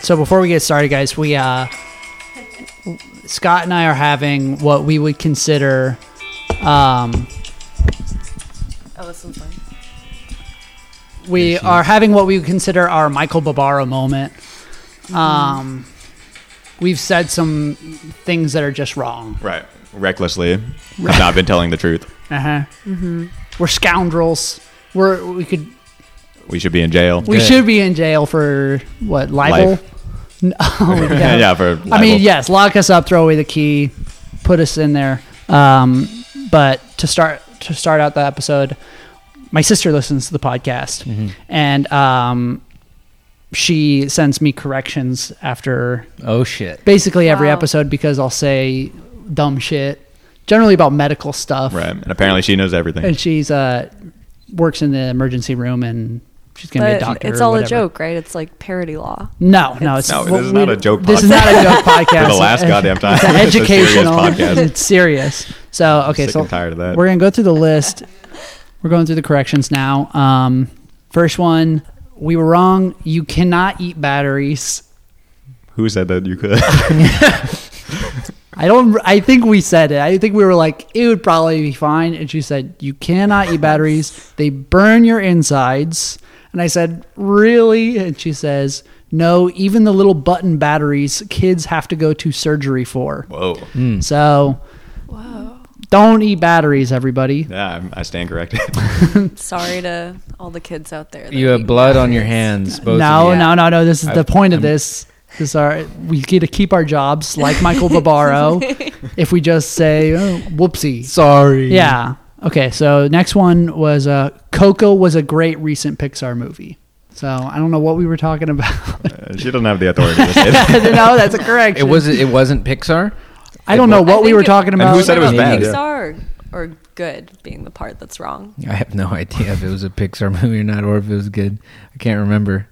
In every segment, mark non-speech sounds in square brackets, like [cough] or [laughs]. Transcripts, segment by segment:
So before we get started, guys, we uh, Scott and I are having what we would consider um, Oh, this one's mine. we are having what we would consider our Michael Barbaro moment. Um, we've said some things that are just wrong. Right. Recklessly. I've not been telling the truth. Uh huh. Mm-hmm. We're scoundrels. We're we could We should be in jail. we Good. should be in jail for what libel. Life. [laughs] No, yeah. yeah. for I mean, libel. yes, lock us up, throw away the key, put us in there. Um, but to start to start out the episode, my sister listens to the podcast, Mm-hmm. and um, she sends me corrections after Oh shit. basically every Wow. episode because I'll say dumb shit, generally about medical stuff. Right. And apparently she knows everything. And she's uh, works in the emergency room, and she's gonna be a But doctor. it's or all a whatever. joke, right? It's like parody law. No, no, it's No, this well, is not we- a joke This is podcast. not a joke podcast. [laughs] For the last goddamn time. It's an [laughs] It's a serious educational. podcast. [laughs] It's serious. So okay, sick so and tired of that. we're gonna go through the list. We're going through the corrections now. Um, first one, we were wrong. You cannot eat batteries. Who said that [laughs] you could? I don't. I think we said it. I think we were like, it would probably be fine. And she said, you cannot eat [laughs] batteries. They burn your insides. And I said, really? And she says, no. Even the little button batteries, kids have to go to surgery for. Whoa. So, don't eat batteries, everybody. Yeah, I'm- I stand corrected. [laughs] Sorry to all the kids out there. that You have eat blood on batteries. your hands. Both No, Of you. no, no, no. This is the I've- point of this. This our we get to keep our jobs like Michael Barbaro if we just say oh, whoopsie. Sorry. Yeah. Okay. So next one was uh, Coco was a great recent Pixar movie. So I don't know what we were talking about. Uh, she doesn't have the authority to say that. no, that's a correct. It was. It wasn't Pixar. I don't know I what we think were it- talking And about. who said it was Maybe bad? Pixar or, or good being the part that's wrong. I have no [laughs] idea if it was a Pixar movie or not, or if it was good. I can't remember.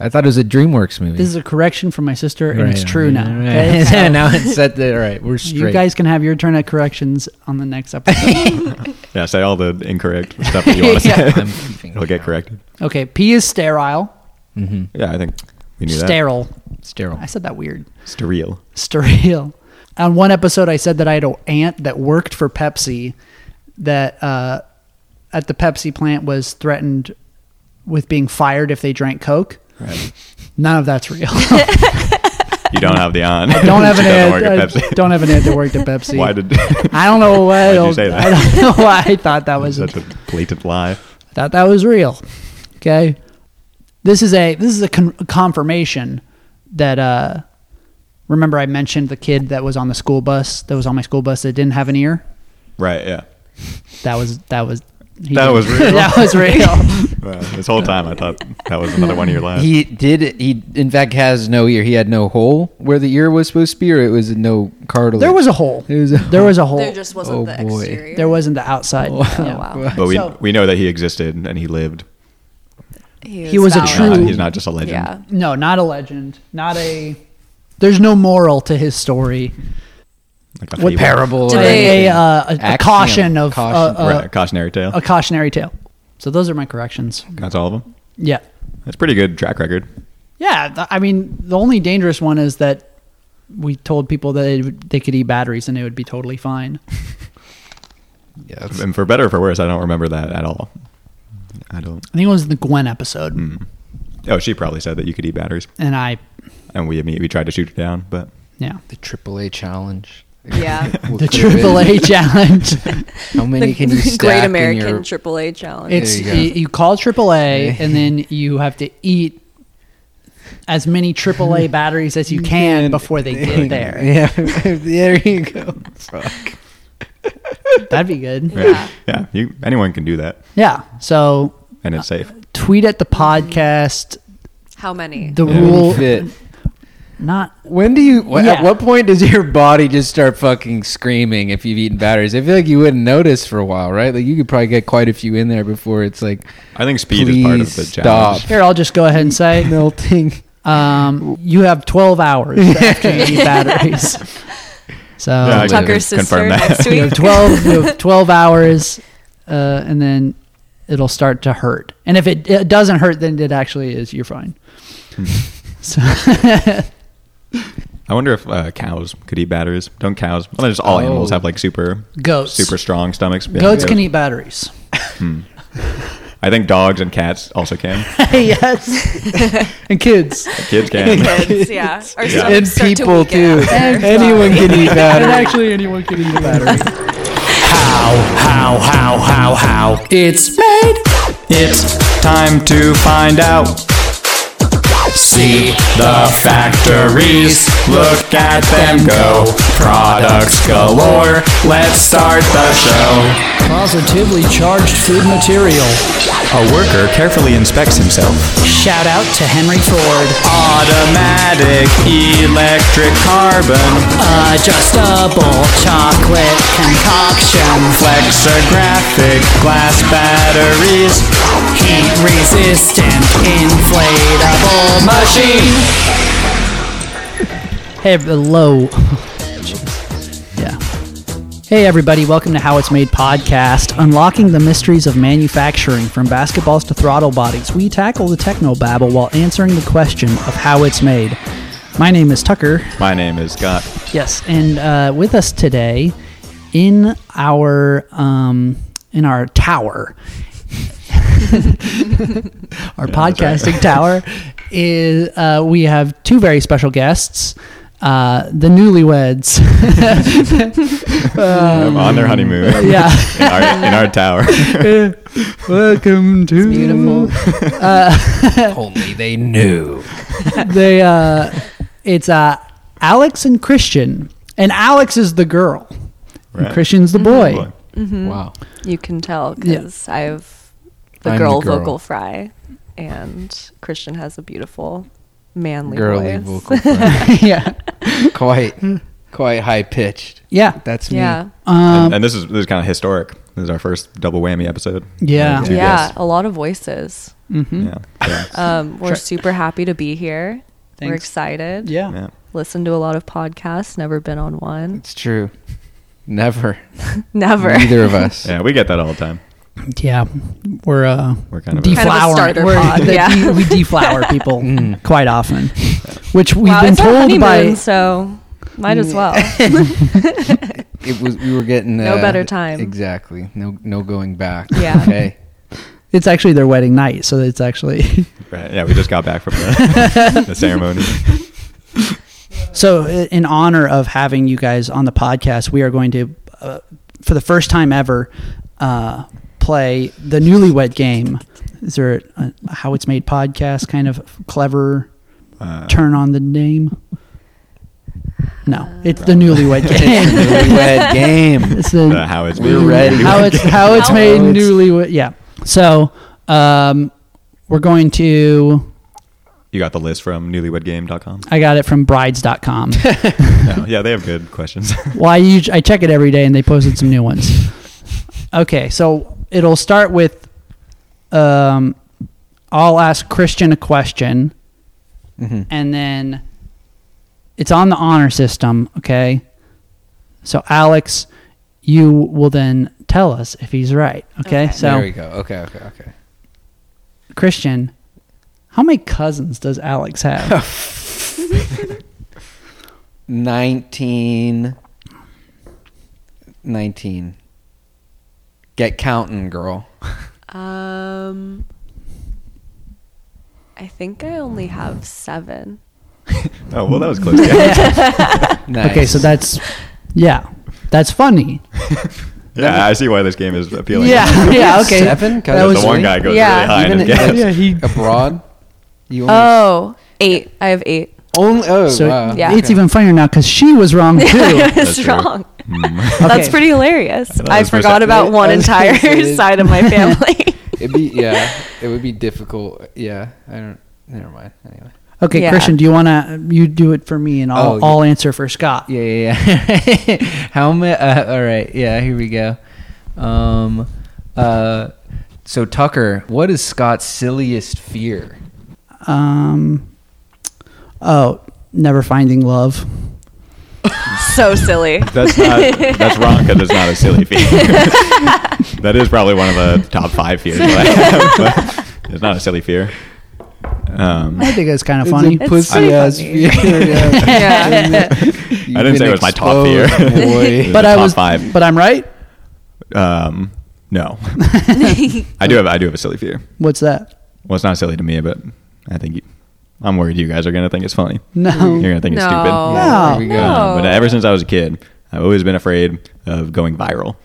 I thought it was a DreamWorks movie. This is a correction from my sister, and it's Right, true right, now. right. [laughs] okay? So now it's set the All right, we're straight. you guys can have your turn at corrections on the next episode. Yeah, say all the incorrect stuff that [laughs] you want to say. [laughs] [laughs] I'm keeping It'll get count. corrected. okay. P is sterile. Yeah, I think we knew that. Sterile. Sterile. I said that weird. Sterile. Sterile. On one episode, I said that I had an aunt that worked for Pepsi that uh, at the Pepsi plant was threatened with being fired if they drank Coke. Right. None of that's [laughs] real. You don't have the on. [laughs] I [laughs] don't have an uh, aunt. Work I at [laughs] Pepsi. don't have an aunt that worked at Pepsi. Why did [laughs] I don't know why. I Why'd you don't, say that? I don't [laughs] know why I thought that was such a blatant lie? thought that was real. Okay, this is a this is a con- confirmation that uh, remember I mentioned the kid that was on the school bus that was on my school bus that didn't have an ear. Right. Yeah. That was that was he That did- [laughs] was real. that was real. Well, this whole time I thought that was another one of your lies. He did. He in fact has no ear. He had no hole where the ear was supposed to be, or it was no [laughs] cartilage. there was a hole. There was a There was a hole. There just wasn't oh the boy. exterior. There wasn't the outside. Oh, Yeah. [laughs] wow. but we So- we know that he existed and he lived. He, was a valid. He's not, True. he's not just a legend. Yeah. No, not a legend. Not a. There's no moral to his story. Like a What fable. parable. or Today, anything. a, uh, a- a, Axiom. caution of Caution. uh, uh, right, cautionary tale. a cautionary tale. So those are my corrections. That's all of them. Yeah. That's pretty good track record. Yeah, th- I mean, the only dangerous one is that we told people that it, would- they could eat batteries and it would be totally fine. Yeah, that's- And for better or for worse, I don't remember that at all. I don't. I think it was the Gwen episode, Oh, she probably said that you could eat batteries, and I, and we immediately tried to shoot her down, but yeah, the AAA challenge. Yeah. [laughs] [laughs] We'll the clip it. AAA challenge. [laughs] How [laughs] many [laughs] The can you stack Great in American your- AAA Challenge. It's you you, go. you call AAA and then you have to eat as many [laughs] AAA batteries as you can before they get there. Yeah, [laughs] there you go. Fuck. That'd be good. Yeah. yeah, you anyone can do that, Yeah. So and it's safe. tweet at the podcast How many? the Yeah. rule. Fit. Not When do you? wh- Yeah. At what point does your body just start fucking screaming if you've eaten batteries? I feel like you wouldn't notice for a while, right? Like you could probably get quite a few in there before it's like I think speed is part of the Please challenge. stop. here. I'll just go ahead and say melting. Um, you have 12 hours [laughs] after you eat batteries. So Yeah, I can Tucker's con- sister confirm that. next you week. have [laughs] 12, you have 12 hours, uh, and then it'll start to hurt. And if it, it doesn't hurt, then it actually is, you're fine. So [laughs] I wonder if uh, cows could eat batteries. Don't cows? Well, just all Oh. animals have like super goats. super strong stomachs. Yeah, goats can eat batteries. I think dogs and cats also [laughs] can. [laughs] yes. and kids. Kids can. Kids, yeah. Our Yeah. stomachs And start to people, weaken too. after. And Anyone can eat And [laughs] batteries. actually, anyone can eat a battery. How, how, how, how, how. It's It's time to find out. See the factories, look at them go. Products galore, let's start the show. positively charged food material. A worker carefully inspects himself. Shout out to Henry Ford. Automatic, electric carbon, Adjustable chocolate concoction. flexographic, glass batteries, Heat resistant inflatable machine. Hey, hello. yeah. Hey, everybody. Welcome to How It's Made podcast, unlocking the mysteries of manufacturing from basketballs to throttle bodies. We tackle the techno babble while answering the question of how it's made. My name is Tucker. My name is Scott. Yes, and uh, with us today in our um, in our tower, [laughs] our podcasting tower is uh, we have two very special guests, uh, the [laughs] newlyweds. I'm on their honeymoon Um, yeah, in, our, in our tower. welcome to Beautiful. [laughs] Only they knew. Uh, they. Uh, it's uh, Alex and Christian, and Alex is the girl, and Right. Christian's the boy. Boy. Mm-hmm. Wow. You can tell Yeah. because I have the I'm girl, the girl. vocal fry, and Christian has a beautiful manly Girly voice. vocal [laughs] fry. [laughs] yeah, quite, quite high pitched. yeah. That's me. Yeah, [laughs] Um, and, and this is this is kind of historic. This is our first double whammy episode. Yeah. Two yeah, guests. a lot of voices. mhm. Yeah. Yeah. Um, we're Sure. super happy to be here. We're Thanks. excited. yeah. Yeah. Listen to a lot of podcasts. Never been on one. It's true. Never. Never. Neither of [laughs] us. Yeah, we get that all the time. Yeah, we're uh, We're kind of a- Kind of a deflowering. starter we're, pod, the- yeah. de- we [laughs] deflower people Mm. quite often, which we've wow, been it's our told by. honeymoon, so might as well. It was. We were getting No uh, better time. Exactly. No. No going back. Yeah. [laughs] Okay. It's actually their wedding night, so it's actually [laughs] Right. Yeah, we just got back from the, the ceremony. so. i- In honor of having you guys on the podcast, we are going to, uh, for the first time ever, uh, play the newlewed game. Is there a, a how it's made podcast kind of clever Uh, turn on the name? No, it's the newlywed [laughs] game. Newlywed game. It's the uh, how it's We're ready. how it's how it's How made it's- newly yeah so um we're going to You got the list from newlywedgame.com. i got it from brides.com No, yeah, they have good questions. [laughs] why you i check it every day and they posted some new ones okay so it'll start with um i'll ask christian a question Mhm. and then it's on the honor system okay so alex you will then tell us if he's right okay, Okay. so [laughs] there we go. Okay. Okay. Okay. Christian, how many cousins does Alex [laughs] have? Nineteen. Nineteen. Get counting, girl. Um, I think I only have seven. oh, well, that [laughs] was close. Yeah, Nice. Okay, so that's yeah, that's funny. yeah I see why this game is appealing. [laughs] yeah, [laughs] yeah, okay. Seven That The was- one guy goes Yeah. really high Even and if- gets Yeah, he- abroad. You only, Oh, eight. I have eight. only oh So wow. Yeah. it's even funnier now because she was [laughs] wrong too. That's true. wrong. [laughs] Mm. Okay. That's pretty hilarious. know, I that's my forgot second- about one I was gonna entire say- [laughs] side of my family. It'd [laughs] be yeah. It would be difficult. Yeah. I don't. Never mind. Anyway. Okay, Yeah. Christian, do you wanna you do it for me and I'll Oh, I'll answer for Scott. Yeah. Yeah. yeah. How many? Uh, all right. Yeah. Here we go. Um. Uh. So Tucker, what is Scott's silliest fear? Um, oh, never finding love. so silly. That's not. That's wrong because it's not a [laughs] silly fear. that is probably one of the top five fears. that I have, but it's not a silly fear. Um, I think that's kind of [laughs] It's funny. a It's pussy pretty ass funny. beer, [laughs] yeah. [laughs] yeah. I didn't say it was my top beer. boy. [laughs] but the I top was, five. but I'm right. um, no, [laughs] I do have I do have a silly fear. What's that? Well, it's not silly to me, but I think you, I'm worried you guys are gonna think it's funny. No. You're gonna think it's No. stupid. [laughs] No. There we go. Um, but No. ever since I was a kid, I've always been afraid of going viral,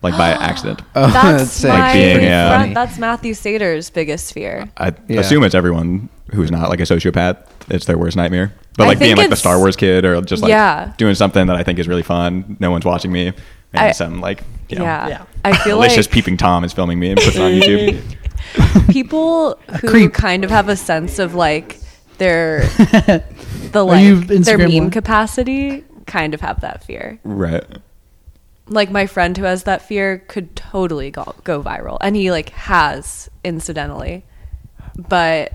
like [gasps] by accident. Oh, That's actually my being, pretty yeah. funny. friend, uh, that's Matthew Sater's biggest fear. I Yeah. assume it's everyone who's not like a sociopath. It's their worst nightmare. But I like being think like the it's- Star Wars kid or just like Yeah. doing something that I think is really fun. No one's watching me. And I- some like you know, Yeah. Yeah. I feel like malicious peeping Tom is filming me and puts it [laughs] on YouTube. people who creep. kind of have a sense of like [laughs] their the Are you like their Instagram meme one? capacity kind of have that fear. Right. Like my friend who has that fear could totally go, go viral and he like has incidentally. But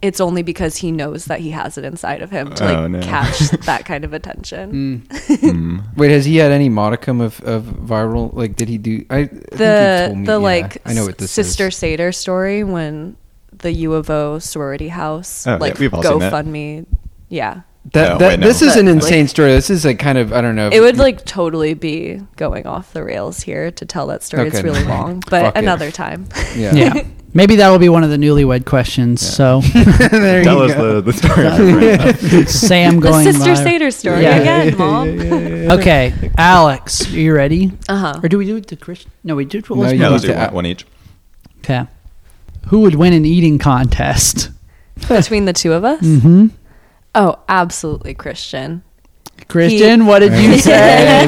it's only because he knows that he has it inside of him to like Oh, no. [laughs] catch that kind of attention. Hmm. Wait, has he had any modicum of, of viral? Like, did he do? I I think he the told me, the yeah. like I know what this sister Is. Sater story when the U of O sorority house Oh, yeah, like we've all seen that. GoFundMe. Yeah. That, Oh, that- wait, no. This is an But, insane story. This is a kind of I don't know. It would [laughs] like totally be going off the rails here to tell that story. Okay, it's really never mind. long, but Fuck it. another time. [laughs] Yeah. Yeah. Maybe that'll be one of the newlywed questions. [laughs] So there Tell you us go. the, the [laughs] story. of your [laughs] friend. Sam the going sister live. Sater story Yeah. [laughs] again, mom. Okay, Alex, are you ready? Uh-huh. Or [laughs] do we do it to Chris? No, we did. No, Let's you yeah, move on. let's do to one, add- one each. Okay. Who would win an eating contest? Between the two of us. Mm. Mm-hmm. Oh, absolutely, Christian. Christian, what did you [laughs] say?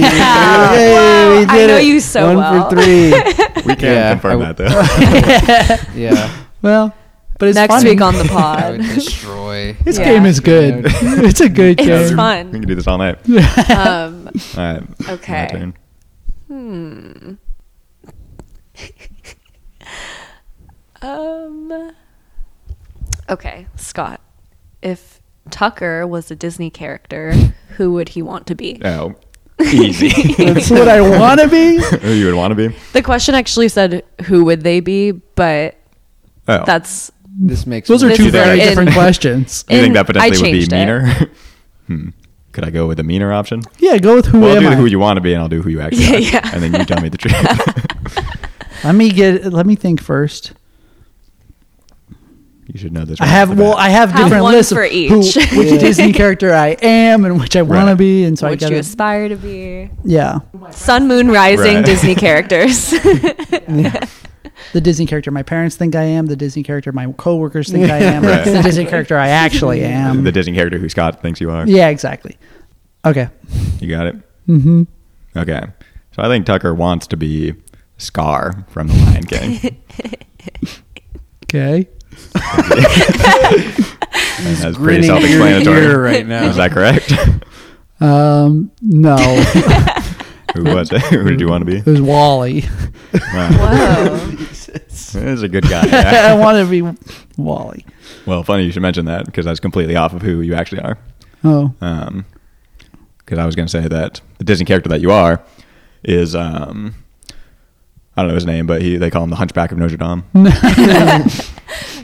[laughs] Yay, we I did know it. you so One well. for three. [laughs] We can't Yeah, confirm I that though. yeah. well, but it's Next funny. week on the I would pod. destroy. This Yeah. game is good. [laughs] it's a good It's [laughs] game. [laughs] fun. We can do this all night. um, All right. Okay. [laughs] My turn. um, okay, Scott. If Tucker was a Disney character, who would he want to be? Oh, easy. [laughs] That's what I want to be. Who you would want to be? The question actually said, "Who would they be?" But Oh, that's This makes Those are me- This two is very in- different questions. Do you think in- that I potentially would changed be it. meaner? [laughs] hmm. Could I go with the meaner option? Yeah, go with who well, am do I? who you want to be, and I'll do who you actually Yeah, are. yeah. And then you tell me the [laughs] truth. [laughs] let me get. Let me think first. you should know this. I right have off the well, bat. I have, Have different one lists for of each. who, [laughs] which Disney character I am and which I want to Right. be, and so I what gotta, you aspire to be. yeah, Sun, moon, rising Right. [laughs] [laughs] Disney characters. [laughs] the Disney character my parents think I am, the Disney character my coworkers think I am, [laughs] Right. the Disney character I actually am. the Disney character who Scott thinks you are. yeah, exactly. Okay. You got it. Mm-hmm. Okay. So I think Tucker wants to be Scar from The [laughs] Lion King. Okay. And That's pretty grinning ear to self-explanatory. [laughs] ear right now. Is that [laughs] correct? Um, [laughs] no, it who was it? who did you want to [laughs] be? was Wally. Wow. Whoa. That's a good guy. [laughs] [laughs] yeah. I want to be Wally. Well, funny you should mention that because that's completely off of who you actually are. Oh, because Um, I was going to say that the Disney character that you are is um, I don't know his name, but he they call him the Hunchback of [laughs] Notre Dame. [laughs]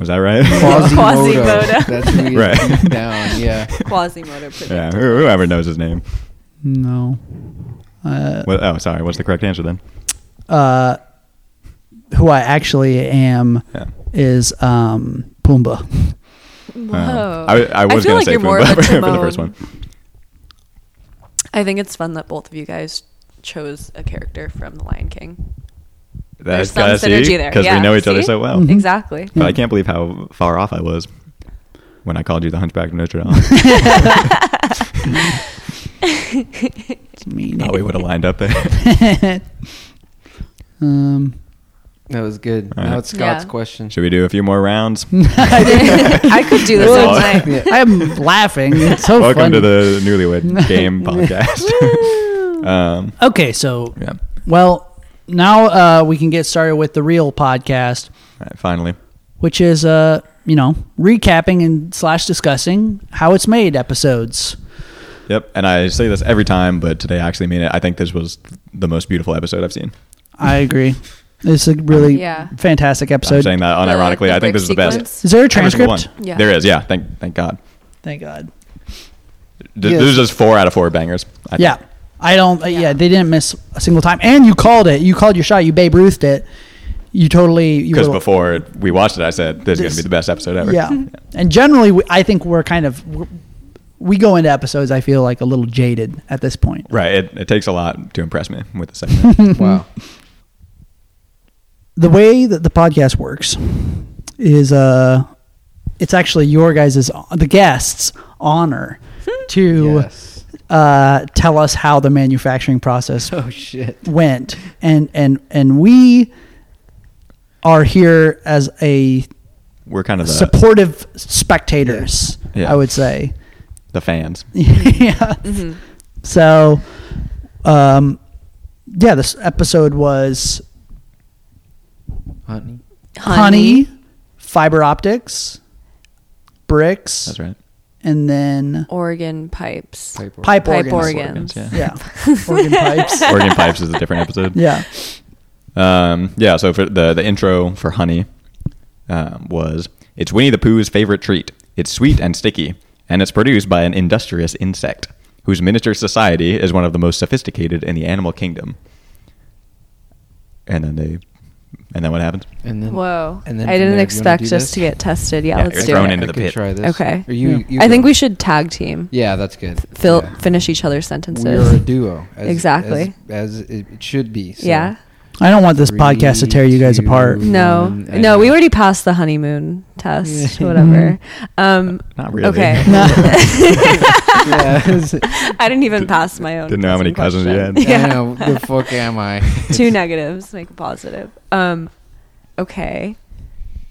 was that right? Quasimodo. Quasimodo. That's who he Right. is deep down. Yeah. Quasimodo predict. yeah, who- whoever knows his name. no. Uh, What, oh, sorry. What's the correct answer then? uh, who I actually am Yeah. is um, Pumbaa. Whoa. Uh, I, I was feel going like to say you're more Pumbaa of a [laughs] for the Timon. first one. I think it's fun that both of you guys chose a character from The Lion King. That's some synergy there, because we yeah. know each other See? Mm-hmm. so well. Exactly. But I can't believe how far off I was when I called you the Hunchback of [laughs] Notre Dame. It's mean. Thought we would have lined up there. Um, That was good. All Now right. it's Scott's Yeah. [laughs] question. Should we do a few more rounds? I could do this all Well, [laughs] night. I'm laughing. It's so Welcome funny. to the [laughs] Newlywed Game podcast. [laughs] um, okay, so yeah, All well now uh, we can get started with the real podcast, right, finally. which is uh you know recapping and slash discussing how it's made episodes. Yep, and I say this every time, but today I actually mean it. I think this was the most beautiful episode I've seen. I agree. It's a really Yeah. fantastic I'm episode. saying that The- unironically. the I think rape this is the best. sequence? Is there a Every single transcript? one. Yeah. There is. Yeah. Thank thank God. Thank God. D- Yes. This is just four out of four bangers. I think. Yeah. I don't. uh, yeah. Yeah. they didn't miss a single time. And you called it. You called your shot. You Babe Ruthed it. You totally. you Because were- before we watched it, I said this is going This- to be the best episode ever. Yeah. And generally, we, I think we're kind of we we go into episodes. I feel like a little jaded at this point. Right. It, it takes a lot to impress me with [laughs] the segment. wow. The way that the podcast works is uh, it's actually your guys' the guests' honor to Yes. uh, tell us how the manufacturing [laughs] process Oh shit. went and and and we are here as a We're kind of the, supportive spectators Yeah. i would say the fans. Mm-hmm. [laughs] yeah Mm-hmm. so um yeah this episode was Honey. honey, fiber optics bricks That's right. and then Organ pipes. Pipe organ. pipe, Pipe organs. organs. [laughs] Organs, yeah organ pipes Organ Pipes is a different episode. yeah Um, yeah, so for the, the intro for Honey um, was It's Winnie the Pooh's favorite treat. It's sweet and sticky, and it's produced by an industrious insect whose miniature society is one of the most sophisticated in the animal kingdom. And then they. And then what happens? And then, Whoa. And then I didn't from there, do you wanna expect do us this? to get tested. Yeah, Yeah, let's you're do thrown it. into I the could pit. Try this. Okay. Or you, Yeah. you I go. think we should tag team. Yeah, that's good. Fill, Yeah. Finish each other's We are a sentences. duo. As, Exactly. As, as it should be. so. Yeah. i don't want this Three, podcast to tear you guys two, apart No. Um, I no, we know. already passed the honeymoon test, [laughs] [laughs] whatever. Um, Not really. [laughs] Okay. [laughs] yeah. it's- I didn't even pass my own. Didn't know how many cousin cousins you question. [laughs] had. I know. The fuck am I? Two negatives make a positive. Um, okay.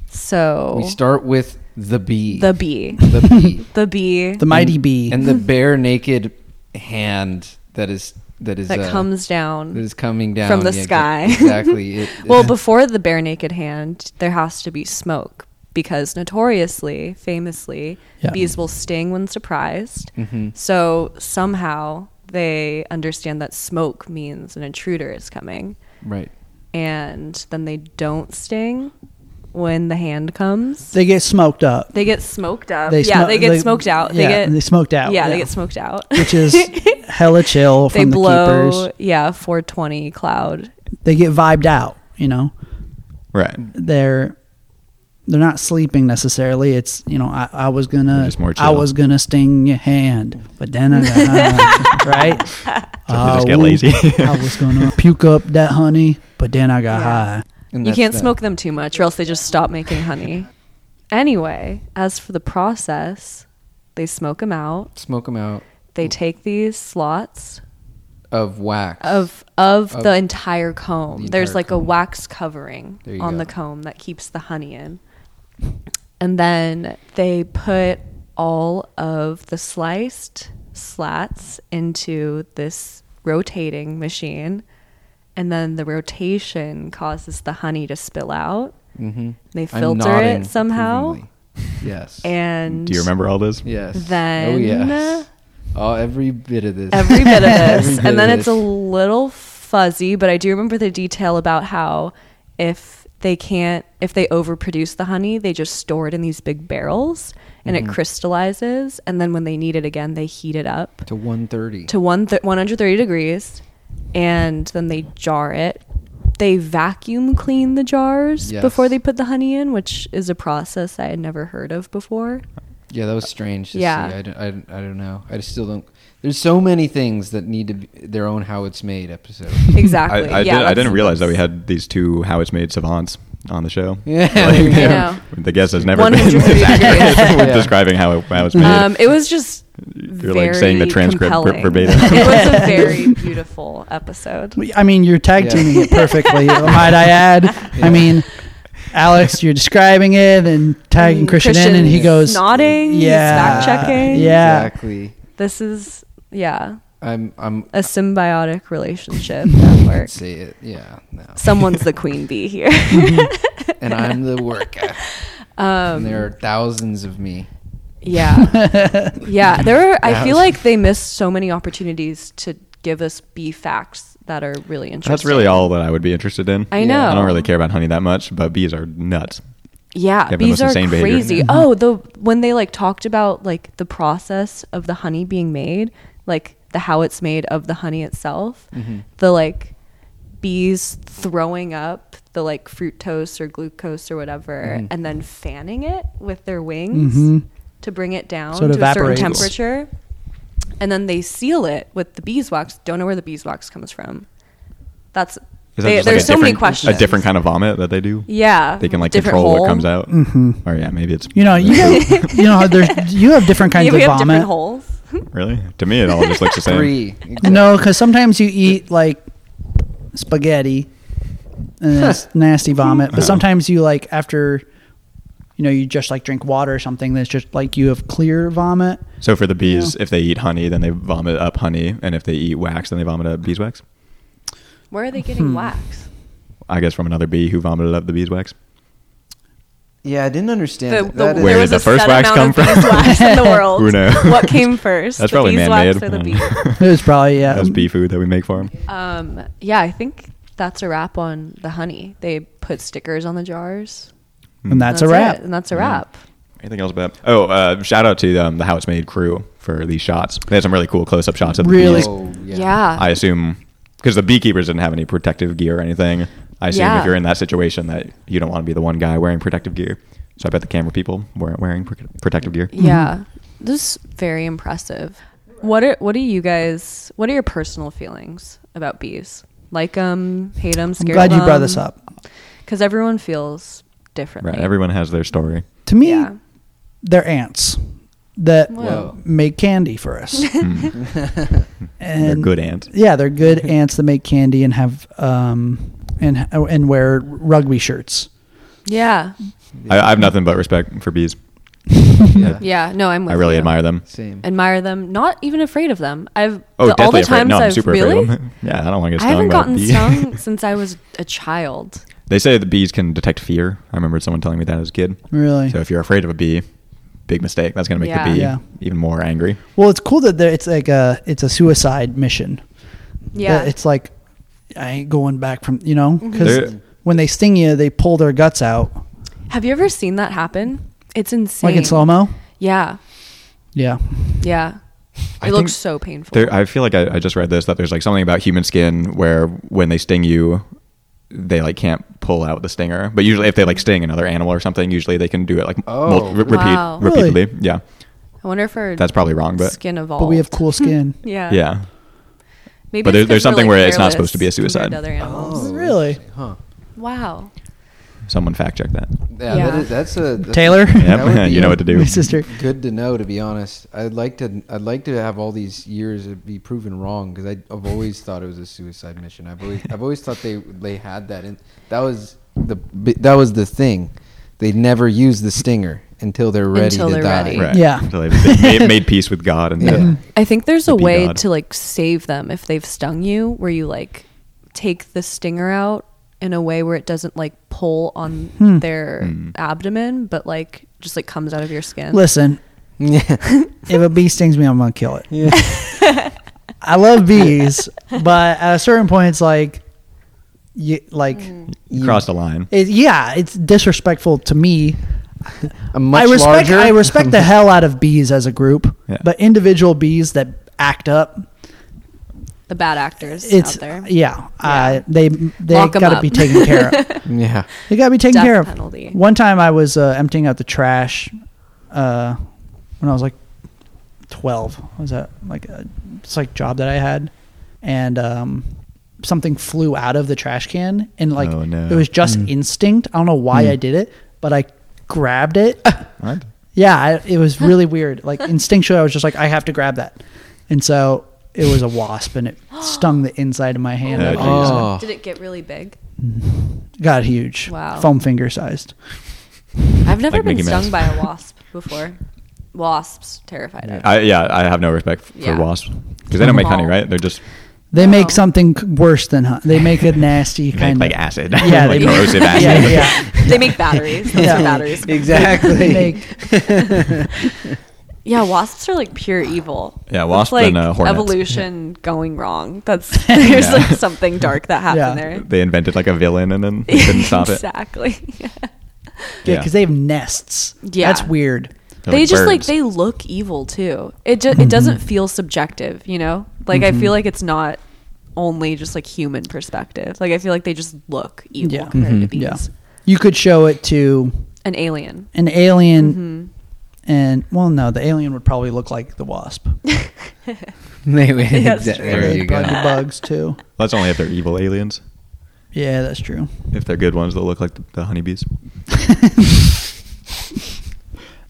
So We start with the bee. the bee. the bee. [laughs] The bee the mighty bee and the bare naked hand that is that is that uh, comes down. that is coming down from the yeah, sky. Exactly. [laughs] It- well, before the bare naked hand, there has to be smoke because notoriously, famously, Yeah. bees will sting when surprised. Mhm. So somehow they understand that smoke means an intruder is coming, right. and then they don't sting when the hand comes. they get smoked up They get smoked up. They yeah, smo- they get they- smoked out. yeah, they get and they smoked out, Yeah, they yeah. get smoked out. which [laughs] is hella chill they from the blow. keepers. Yeah, 420 cloud. They get vibed out, you know. Right. They're they're not sleeping necessarily. It's you know I, I was They're gonna just more I chill. was gonna sting your hand, but then I [laughs] got high, right. So they just get ooh, lazy. I was gonna puke up that honey, but then I got high. And You that's can't that. smoke them too much, or else they just stop making honey. Anyway, as for the process, they smoke them out. Smoke them out They take these slots of wax. of of Of the entire comb. the There's entire like a comb. wax covering There you on go. the comb that keeps the honey in. And then they put all of the sliced slats into this rotating machine. And then the rotation causes the honey to spill out. Mm-hmm. They filter it somehow. Yes. And [laughs] Do you remember all this? yes. then- Oh yes. Oh, every bit of this. every [laughs] bit of [laughs] Every this. bit of and then it's a this. little fuzzy, but I do remember the detail about how if they can't, if they overproduce the honey, they just store it in these big barrels and Mm-hmm. it crystallizes. And then when they need it again, they heat it up to 130. to one th- 130 degrees and then they jar it. They vacuum clean the jars Yes. before they put the honey in, which is a process I had never heard of before. Yeah, that was strange. To Yeah. see. I, don't, I, don't, I don't know. I just still don't. There's so many things that need to be their own how it's [laughs] made episode. [laughs] I, Exactly. I, yeah, did, I that's- didn't realize that we had these two How It's Made savants on the show. [laughs] Yeah, [laughs] Like, I we do. know. The guest has never been 100 [laughs] this accurate [laughs] degrees. with Yeah. [laughs] describing how it, how it's made. [laughs] Um, it was just You're like saying the very transcript ver- compelling. verbatim. [laughs] it was [laughs] a very beautiful episode. I mean, you're tag Yeah. teaming it [laughs] perfectly, [laughs] might I add. I mean, Alex, you're describing it and tagging And Christian, in, and he Christian's goes, nodding. yeah, he's fact checking. Yeah. exactly. this is yeah I'm. I'm. a symbiotic relationship at work. I'd say it. Yeah. [laughs] No. Someone's the queen bee here. Mm-hmm. and I'm the worker. Um, and there are thousands of me. [laughs] yeah, yeah. There, are, I feel Yes. like they missed so many opportunities to give us bee facts that are really interesting. That's really all that I would be interested in. I know. I don't really care about honey that much, but bees are nuts. They Yeah, have the bees most are insane behavior. Mm-hmm. crazy. Oh, the when they like talked about like the process of the honey being made, like the how it's made of the honey itself, Mm-hmm. the like bees throwing up the like fructose or glucose or whatever, Mm-hmm. and then fanning it with their wings to bring it down So it to a certain evaporates. temperature, and then they seal it with the beeswax. Don't know where the beeswax comes from. That's Is that they, just, like, there's a so many different- questions. A different kind of vomit that they do. Yeah, They can like different control hole. what comes out. Or yeah, maybe it's Mm-hmm. You know, you know, [laughs] you know how there's you have different kinds yeah, we of have different vomit. holes. really to me it all just looks the [laughs] same. Three. No, because sometimes you eat like spaghetti and it's nasty Hmm. vomit. But Oh. sometimes you like after, you know, you just like drink water or something that's just like you have clear vomit. So for the bees, if they eat honey, then they vomit up honey, and if they eat wax, then they vomit up beeswax. Where are they Hmm. getting wax? I guess from another bee who vomited up the beeswax. Yeah, I didn't understand. The- that. That the- is- there Where did was the a first set wax amount come of from? beeswax [laughs] in the world. Who knows? What [laughs] came first? That's the probably beeswax Or man-made. [laughs] the I bee? don't know. It was probably yeah. That's bee food that we make for them. um, yeah, I think that's a wrap on the honey. They put stickers on the jars. Hmm. And that's, a it, wrap. and that's a wrap. Anything else about? Oh, uh, shout out to um, the How It's Made crew for these shots. They had some really cool close-up shots of the Really bees. Oh, Yeah. I assume because the beekeepers didn't have any protective gear or anything. I assume Yeah. if you're in that situation, that you don't want to be the one guy wearing protective gear. So I bet the camera people weren't wearing pr- protective gear. yeah. This is very impressive. What are what are you guys? What are your personal feelings about bees? Like them, hate them, I'm scared glad you brought this up. because everyone feels differently. Right. Everyone has their story. [laughs] To me, yeah. they're ants that Whoa. make candy for [laughs] us. and Mm. They're good ants. Yeah, they're [laughs] good ants that make candy and have um and and wear rugby shirts. Yeah. I, I have nothing but respect for bees. yeah. Yeah. No, I'm. I With really you. admire them. Same. admire them, not even afraid of them. I've Oh, the- definitely all the afraid. times No, I'm I've super really, afraid of them. [laughs] yeah, I don't want to I get stung haven't by a gotten bee. stung since I was a child. [laughs] They say the bees can detect fear. I remember someone telling me that as a kid. Really? So if you're afraid of a bee, big mistake. That's going to make Yeah. the bee Yeah. even more angry. Well, it's cool that there- it's like a it's a suicide mission. Yeah, That it's like I ain't going back from you know because They're- when they sting you, they pull their guts out have you ever seen that happen? It's insane. like in slow mo. Yeah, Yeah, yeah. I It think looks so painful. There, I feel like I, I just read this that there's like something about human skin where when they sting you, they like can't pull out the stinger. But usually, if they like sting another animal or something, usually they can do it like Oh. mul- re- repeat Wow. Really? repeatedly. Yeah, I wonder if our that's probably wrong, but skin evolved. but we have cool skin. Yeah, yeah, Maybe it's But there- 'cause there's we're, something like, where it's not careless supposed to be a compared suicide. to other animals. Oh. Really? interesting. Huh. Wow. someone fact check that. Yeah, Yeah. That is, that's a that's Taylor? a- [laughs] that Yep, would be [laughs] you know what to do. My sister. Good to know, to be honest. I'd like to. I'd like to have all these years of be proven wrong because I've always thought it was a suicide mission. I've always, I've always thought they they had that, and that was the bi- that was the thing. They never use the stinger until they're ready Until to they're die. ready. Right. Yeah. So they they made, made peace with God and Yeah. yeah. I think there's The a bee way god. to like save them if they've stung you, where you like take the stinger out in a way where it doesn't like pull on their abdomen, but like just like comes out of your skin. Listen, Yeah. if a bee stings me, I'm gonna kill it. Yeah. I love bees, but at a certain point, it's like, you like, you crossed a line. it, yeah, it's disrespectful to me. A much I respect larger. I respect [laughs] the hell out of bees as a group, Yeah. but individual bees that act up, the bad actors it's out there. yeah, Uh, they they Lock 'em gotta up. be taken care of. [laughs] [laughs] yeah. They got to be taken Death care of. penalty. One time I was uh, emptying out the trash uh, when I was like 12. What was that like a it's like job that I had and um, something flew out of the trash can and like Oh, no. Mm. it was just instinct. I don't know why I did it, but I grabbed it. [laughs] What? yeah, I, it was [laughs] really weird. Like instinctually I was just like I have to grab that. And so it was a wasp [gasps] and it stung the inside of my hand. Oh, I- geez. Oh. Did it get really big? Got huge. Wow. Foam finger sized. I've never Like been Mickey stung Mouse. by a wasp before. Wasps terrified of. I, yeah, I have no respect f- for Yeah. wasps because they don't make honey, Small. right? They're just They make Oh. something c- worse than honey. They [laughs] make a nasty they kind make, like of acid, Yeah, [laughs] like they- [laughs] corrosive yeah, acid. yeah. they make batteries. Those Yeah. are batteries. Exactly. [laughs] They make Yeah, wasps are like pure evil. Yeah, It's wasps like and, uh, hornets. evolution going wrong. [laughs] That's there's like something dark that happened Yeah. there. They invented like a villain and then they couldn't [laughs] stop it. exactly. Yeah, Yeah. because they have nests. Yeah. that's weird. They're they just like birds. Mm-hmm. they look evil too. It just it doesn't feel subjective, you know. Like I feel like it's not only just like human perspective. Like I feel like they just look evil Yeah. compared to Mm-hmm. bees. Yeah, you could show it to An alien. an alien, Mm-hmm. and well, no, the alien would probably look like the [laughs] wasp. [laughs] Anyway, That's exa- true. there They'd you probably go. be bugs too. That's only if they're evil aliens. Yeah, that's true. If they're good ones, they'll look like the, the honeybees.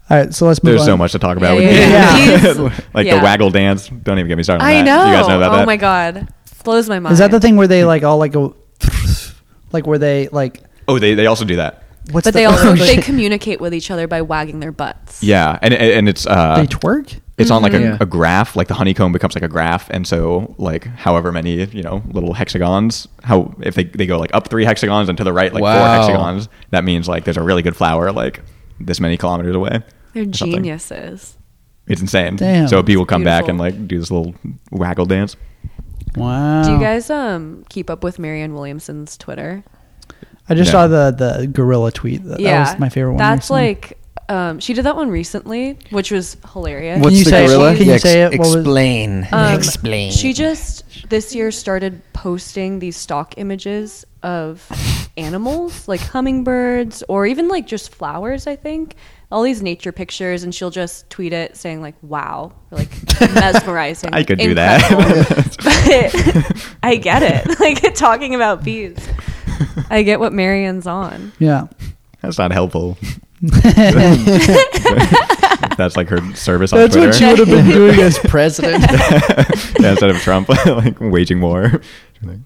All right, so let's move. There's on. so much to talk about. Yeah, with yeah, bees. yeah. Bees. [laughs] like Yeah. the waggle dance. Don't even get me started. On I that. know. You guys know about oh that? my god, blows my mind. Is that the thing where they like all like go, [laughs] like where they like Oh, they, they also do that. what's But the they [laughs] also other they shit? communicate with each other by wagging their butts. Yeah, and and, and it's uh, they twerk? it's on like a, Mm-hmm. Yeah. a graph like the honeycomb becomes like a graph and so like however many you know little hexagons how if they, they go like up three hexagons and to the right like four Wow. hexagons that means like there's a really good flower like this many kilometers away They're or something. geniuses. it's insane Damn. so people come back and Beautiful. like do this little waggle dance Wow. Do you guys um keep up with Marianne Williamson's Twitter? I just No. saw the the gorilla tweet. That, that was my favorite one. That's recently. like um she did that one recently, which was hilarious. What's Can you the say- gorilla? gorilla? can you say it? What was- explain. Um, explain. She just this year started posting these stock images of animals, like hummingbirds or even like just flowers, I think. All these nature pictures and she'll just tweet it saying like wow, or, like mesmerizing. [laughs] I could do that. incredible. [laughs] but I get it. [laughs] Like talking about bees. I get what Marion's on. yeah. [laughs] that's [laughs] not helpful [laughs] that's like her service on That's Twitter what you [laughs] would have been doing [laughs] as president. [laughs] yeah, instead of Trump [laughs] like waging war and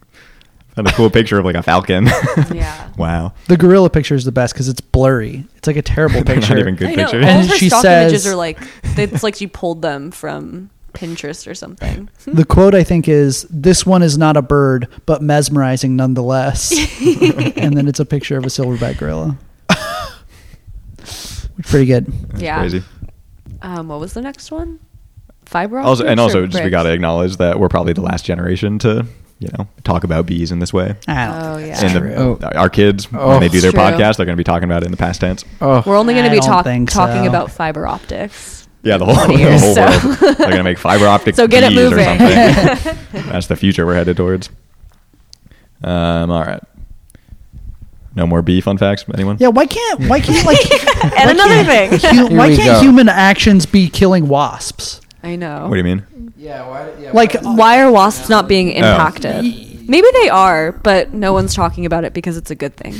a cool picture of like a falcon [laughs] Yeah. wow the gorilla picture is the best because it's blurry. It's like a terrible They're picture. [laughs] not even good I know. pictures All And of her she stock images says- are like it's like she pulled them from Pinterest or something. The quote I think is, "This one is not a bird, but mesmerizing [laughs] nonetheless." and then it's a picture of a silverback gorilla. Pretty good. That's Yeah. crazy Um, what was the next one? Fiber also and optics also or just we bricks? got to acknowledge that we're probably the last generation to you know talk about bees in this way I don't Oh, think that's yeah. and true. the, our kids Oh. when they do their It's true. podcast they're going to be talking about it in the past tense oh, We're only going I to be don't talk- think talking so. about fiber optics. yeah the whole, Funny the is, whole so. world they're going to [laughs] make fiber optic So get it bees or moving. [laughs] something that's the future we're headed towards um all right no more bee fun facts anyone Yeah, why can't why can't like [laughs] And another thing. hu- Here why we can't go. human actions be killing wasps? I know. what do you mean Oh. yeah, why, yeah, Like Why are wasps not being impacted? Maybe they are, but no one's talking about it because it's a good thing.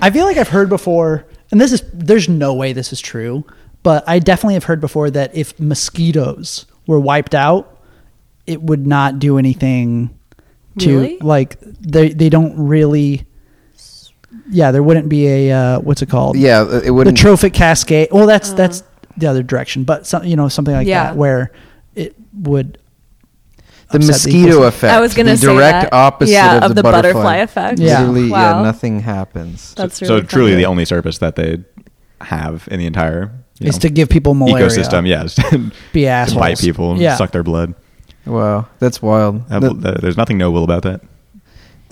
[laughs] I feel like I've heard before, and this is there's no way this is true, but I definitely have heard before that if mosquitoes were wiped out, it would not do anything to Really? like they they don't really. Yeah, there wouldn't be a uh, what's it called? yeah, it the wouldn't. trophic cascade. Well, that's that's the other direction, but some, you know something like Uh-huh. Yeah. that where it would. the upset mosquito ecosystem. effect. I was going the to say direct that. opposite yeah, of, the butterfly, effect. Yeah. Literally, wow. yeah, nothing happens. That's so really truly funny. the only service that they have in the entire you Is know, to give people malaria. ecosystem yes [laughs] Be to assholes. bite people Yeah. suck their blood Wow, that's wild. That- That- that- there's nothing noble about that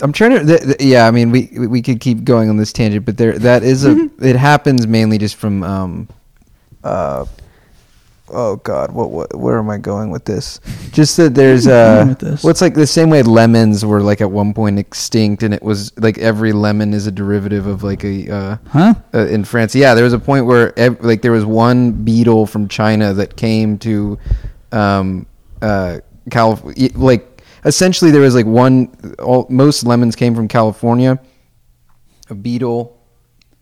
I'm trying to. Th- th- yeah, I mean, we we- we could keep going on this tangent, but there that [laughs] is a. it happens mainly just from. Um, uh, oh God, what what? Where am I going with this? Just [laughs] that there's going uh, with this? what's like the same way lemons were like at one point extinct, and it was like every lemon is a derivative of like a. Uh, Huh? uh, in France. Yeah, there was a point where ev- like there was one beetle from China that came to um uh California like essentially there was like one all most lemons came from California. A beetle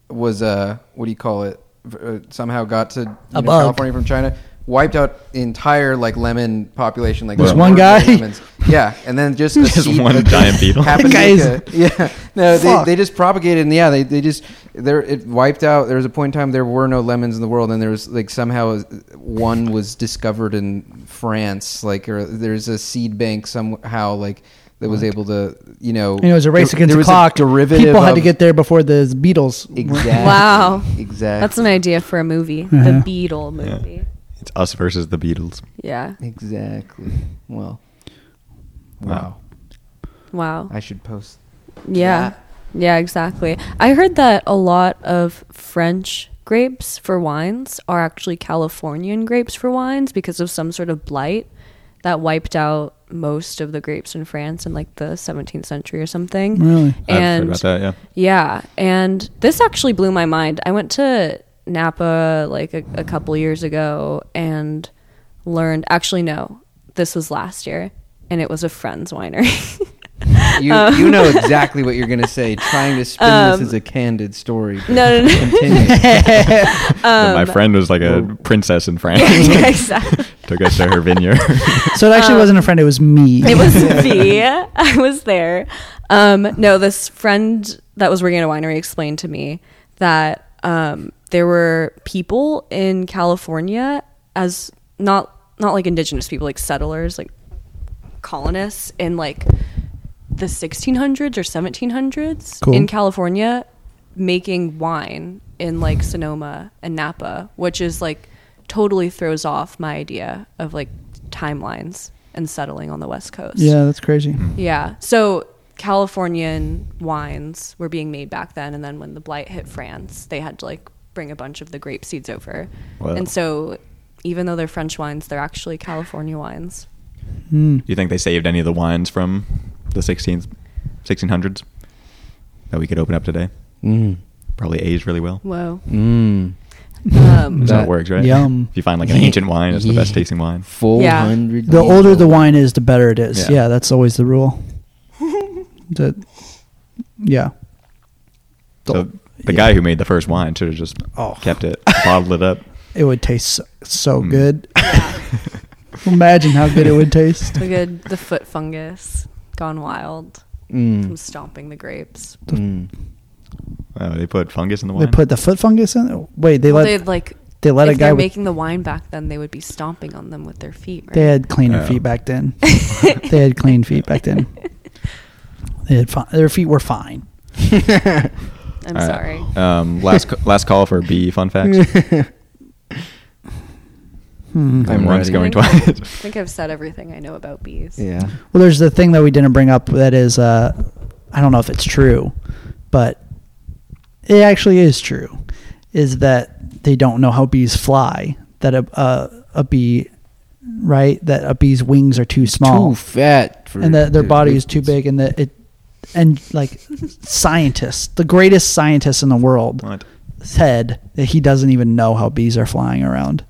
was uh what do you call it V- uh, somehow got to you know, bug. California from China wiped out the entire like lemon population like There's a one quarter of the guy? lemons. yeah and then [laughs] just, a Just seed one that just giant [laughs] beetle. happened to That guy make a- yeah no they, Fuck. they just propagated and yeah they, they just there it wiped out there was a point in time there were no lemons in the world and there was like somehow one was discovered in france like or there's a seed bank somehow like that was able to you know You know, it was a race there- against there the was a clock. derivative People had to of- get there before the Beatles. [laughs] exactly Wow. exactly That's an idea for a movie, Yeah. the Beetle movie. It's It's us versus the Beatles. Yeah. Exactly. Well. Wow. Wow. Wow. I should post. Yeah. Yeah, exactly. I heard that a lot of French grapes for wines are actually Californian grapes for wines because of some sort of blight that wiped out most of the grapes in France in like the 17th century or something. Really? I've heard And about that, yeah. yeah, and this actually blew my mind. I went to Napa like a, a couple years ago and learned. Actually, no, this was last year, and it was a friend's winery. [laughs] You Uh. you know exactly what you're gonna say. Trying to spin this as a candid story. but Um, no, no, no. Continue. But my friend was like a princess in [laughs] France. um, yeah, exactly. Took us [laughs] to her vineyard. [laughs] So it actually wasn't a friend; it was me. Uh, It was me. I was there. Um, no, this friend that was working at a winery explained to me that um, there were people in California as not not like indigenous people, like settlers, like colonists in like the 1600s or 1700s Cool. in California making wine in like Sonoma and Napa, which is like totally throws off my idea of like timelines and settling on the West Coast. yeah, that's crazy. Hmm. Yeah. So Californian wines were being made back then, and then when the blight hit France, they had to like bring a bunch of the grape seeds over. Wow. And so, even though they're French wines, they're actually California wines. Hmm. Do you think they saved any of the wines from the 16th, 1600s that we could open up today? Mm. Probably aged really well. Whoa. Mm. Um, That's how it That- works, right? Yum. If you find like [laughs] an ancient wine, it's the best tasting wine. Four Yeah. hundred. The older the wine is, the better it is. Yeah. Yeah, that's always the [laughs] rule. that, yeah. The- So the guy who made the first wine should have just Oh. [laughs] kept it, bottled it up. it would taste so, so Hmm. Mm. good. [laughs] Imagine how good it would taste. look at the foot fungus gone wild from Mm. stomping the grapes. [laughs] Mm. Oh, they put fungus in the They wine. put the foot fungus in. it? Wait, they Well, let they'd like they let a if guy. they're With, making the wine back then, they would be stomping on them with their feet. Right? they had cleaner Oh. feet back [laughs] then. they had clean feet back then. They had fi- their feet were fine. I'm All right. sorry. Um, last c- last call for B fun facts. [laughs] Hmm. I'm one's ready. going I think- twice. [laughs] I think I've said everything I know about bees. Yeah. Well, there's the thing that we didn't bring up that is, uh, I don't know if it's true, but it actually is true, is that they don't know how bees fly. That a a, a bee, right? That a bee's wings are too small, Too fat. For and that their to- body is too big, and that it, and like scientists, the greatest scientist in the world, What? said that he doesn't even know how bees are flying around.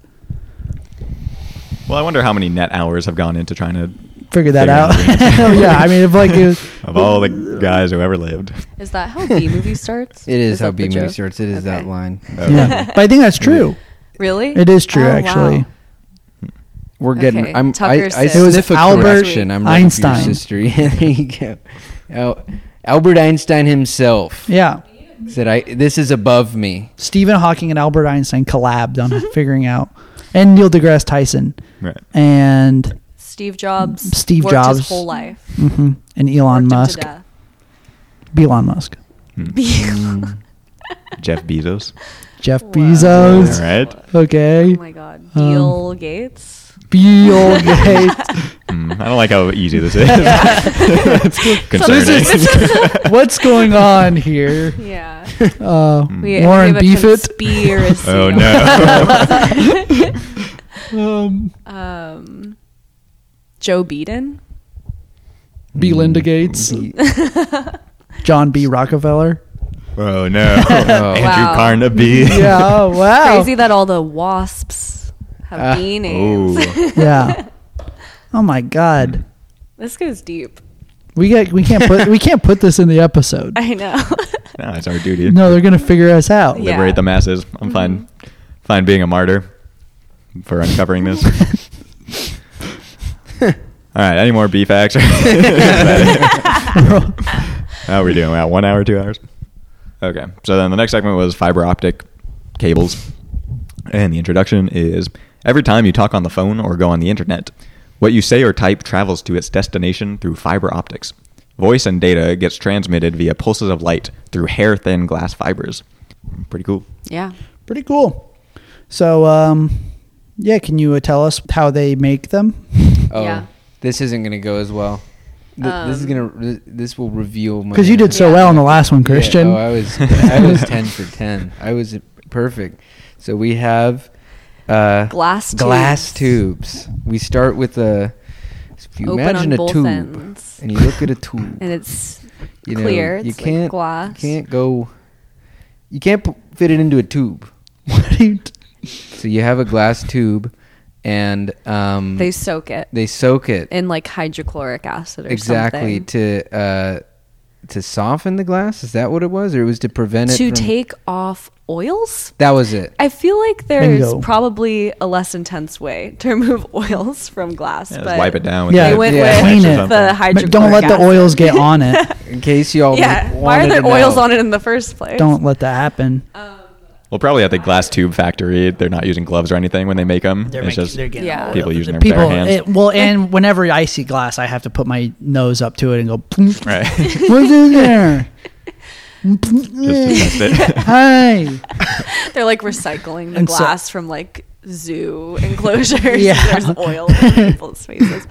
Well, I wonder how many net hours have gone into trying to Figure that Figure [laughs] out out. the yeah, I mean, if like it was, [laughs] of all the guys who ever lived. Is that how B movie starts? [laughs] It is, how that the B movie joke? starts. It is that Okay. line. Oh, yeah, but I think that's true. Really? It is true, Oh, wow. actually. We're getting. Okay, I'm. I, Tucker I said- It was sniff a Albert correction. I'm ready for your Einstein. sister. [laughs] there you go. Al- Albert Einstein himself Yeah. said, "I this is above me." Stephen Hawking and Albert Einstein collabed on [laughs] figuring out, and Neil deGrasse Tyson Right. and Steve Jobs. Steve worked Jobs. His whole life. mhm, and Elon Worked him to Musk, death. Elon Musk, Mm. [laughs] Jeff Bezos. Jeff Wow. Bezos, All right. okay, Oh my God. Um, Bill Gates. Bill Gates. Mm, I don't like how easy [laughs] this is. [laughs] Concerning. This [laughs] What's going on here? [laughs] Yeah. Uh, We, Warren we have a Buffett. Conspiracy. [laughs] Oh, [laughs] no. um, um, Joe Biden. B. Linda [laughs] Gates, John B. Rockefeller. oh no. Andrew [laughs] Carnaby. [laughs] Yeah. Wow. Crazy that all the wasps have Ah. bee names. [laughs] Oh. Yeah. Oh my God. [laughs] This goes deep. [laughs] We get. We can't put. We can't put this in the episode. I know. No, it's our duty. No, they're gonna figure us out. [laughs] Yeah. Mm-hmm. Liberate the masses. I'm fine. Fine being a martyr for uncovering this. [laughs] All right. Any more B facts? Is that it? How are we doing? About one hour, two hours? Okay. So then the next segment was fiber optic cables. And the introduction is every time you talk on the phone or go on the internet, what you say or type travels to its destination through fiber optics. Voice and data gets transmitted via pulses of light through hair thin glass fibers. Pretty cool. yeah. Pretty cool. So, um, Yeah, can you uh, tell us how they make [laughs] them? Oh, Yeah. Um, this isn't gonna go as well. Th- this is gonna. th- This will reveal my. Because you did so well in the last one, Yeah, Christian. oh, I was. I [laughs] was ten for ten. I was perfect. So we have uh, Glass glass tubes. We start with a. If you Open on imagine a both tube, ends. and you look at a tube, [laughs] and it's you know, clear. you It's like can't glass. You can't go. You can't p- fit it into a tube. What do you t- So you have a glass tube, and um, they soak it they soak it in like hydrochloric acid or exactly something. to uh, to soften the glass. Is that what it was, or it was to prevent it to from- take off oils. That was it. I feel like there's Bingo. probably a less intense way to [laughs] remove oils from glass, Yeah, but just wipe it down. With Yeah, They the went Yeah. with Clean it. the But hydrochloric. don't let the acid. oils get on [laughs] it. In case y'all Yeah, wa- why are wanted there to oils know. on it in the first place? Don't let that happen. well, probably at the glass tube factory, they're not using gloves or anything when they make them. it's just getting Yeah. all over people using their bare people. hands. It, well, and whenever I see glass, I have to put my nose up to it and go. [laughs] "Plunk." [laughs] right. What's in there? Mm. just to test [laughs] it. Hi. They're like recycling the And so- glass from like zoo [laughs] enclosures. Yeah. [laughs] There's oil in people's faces.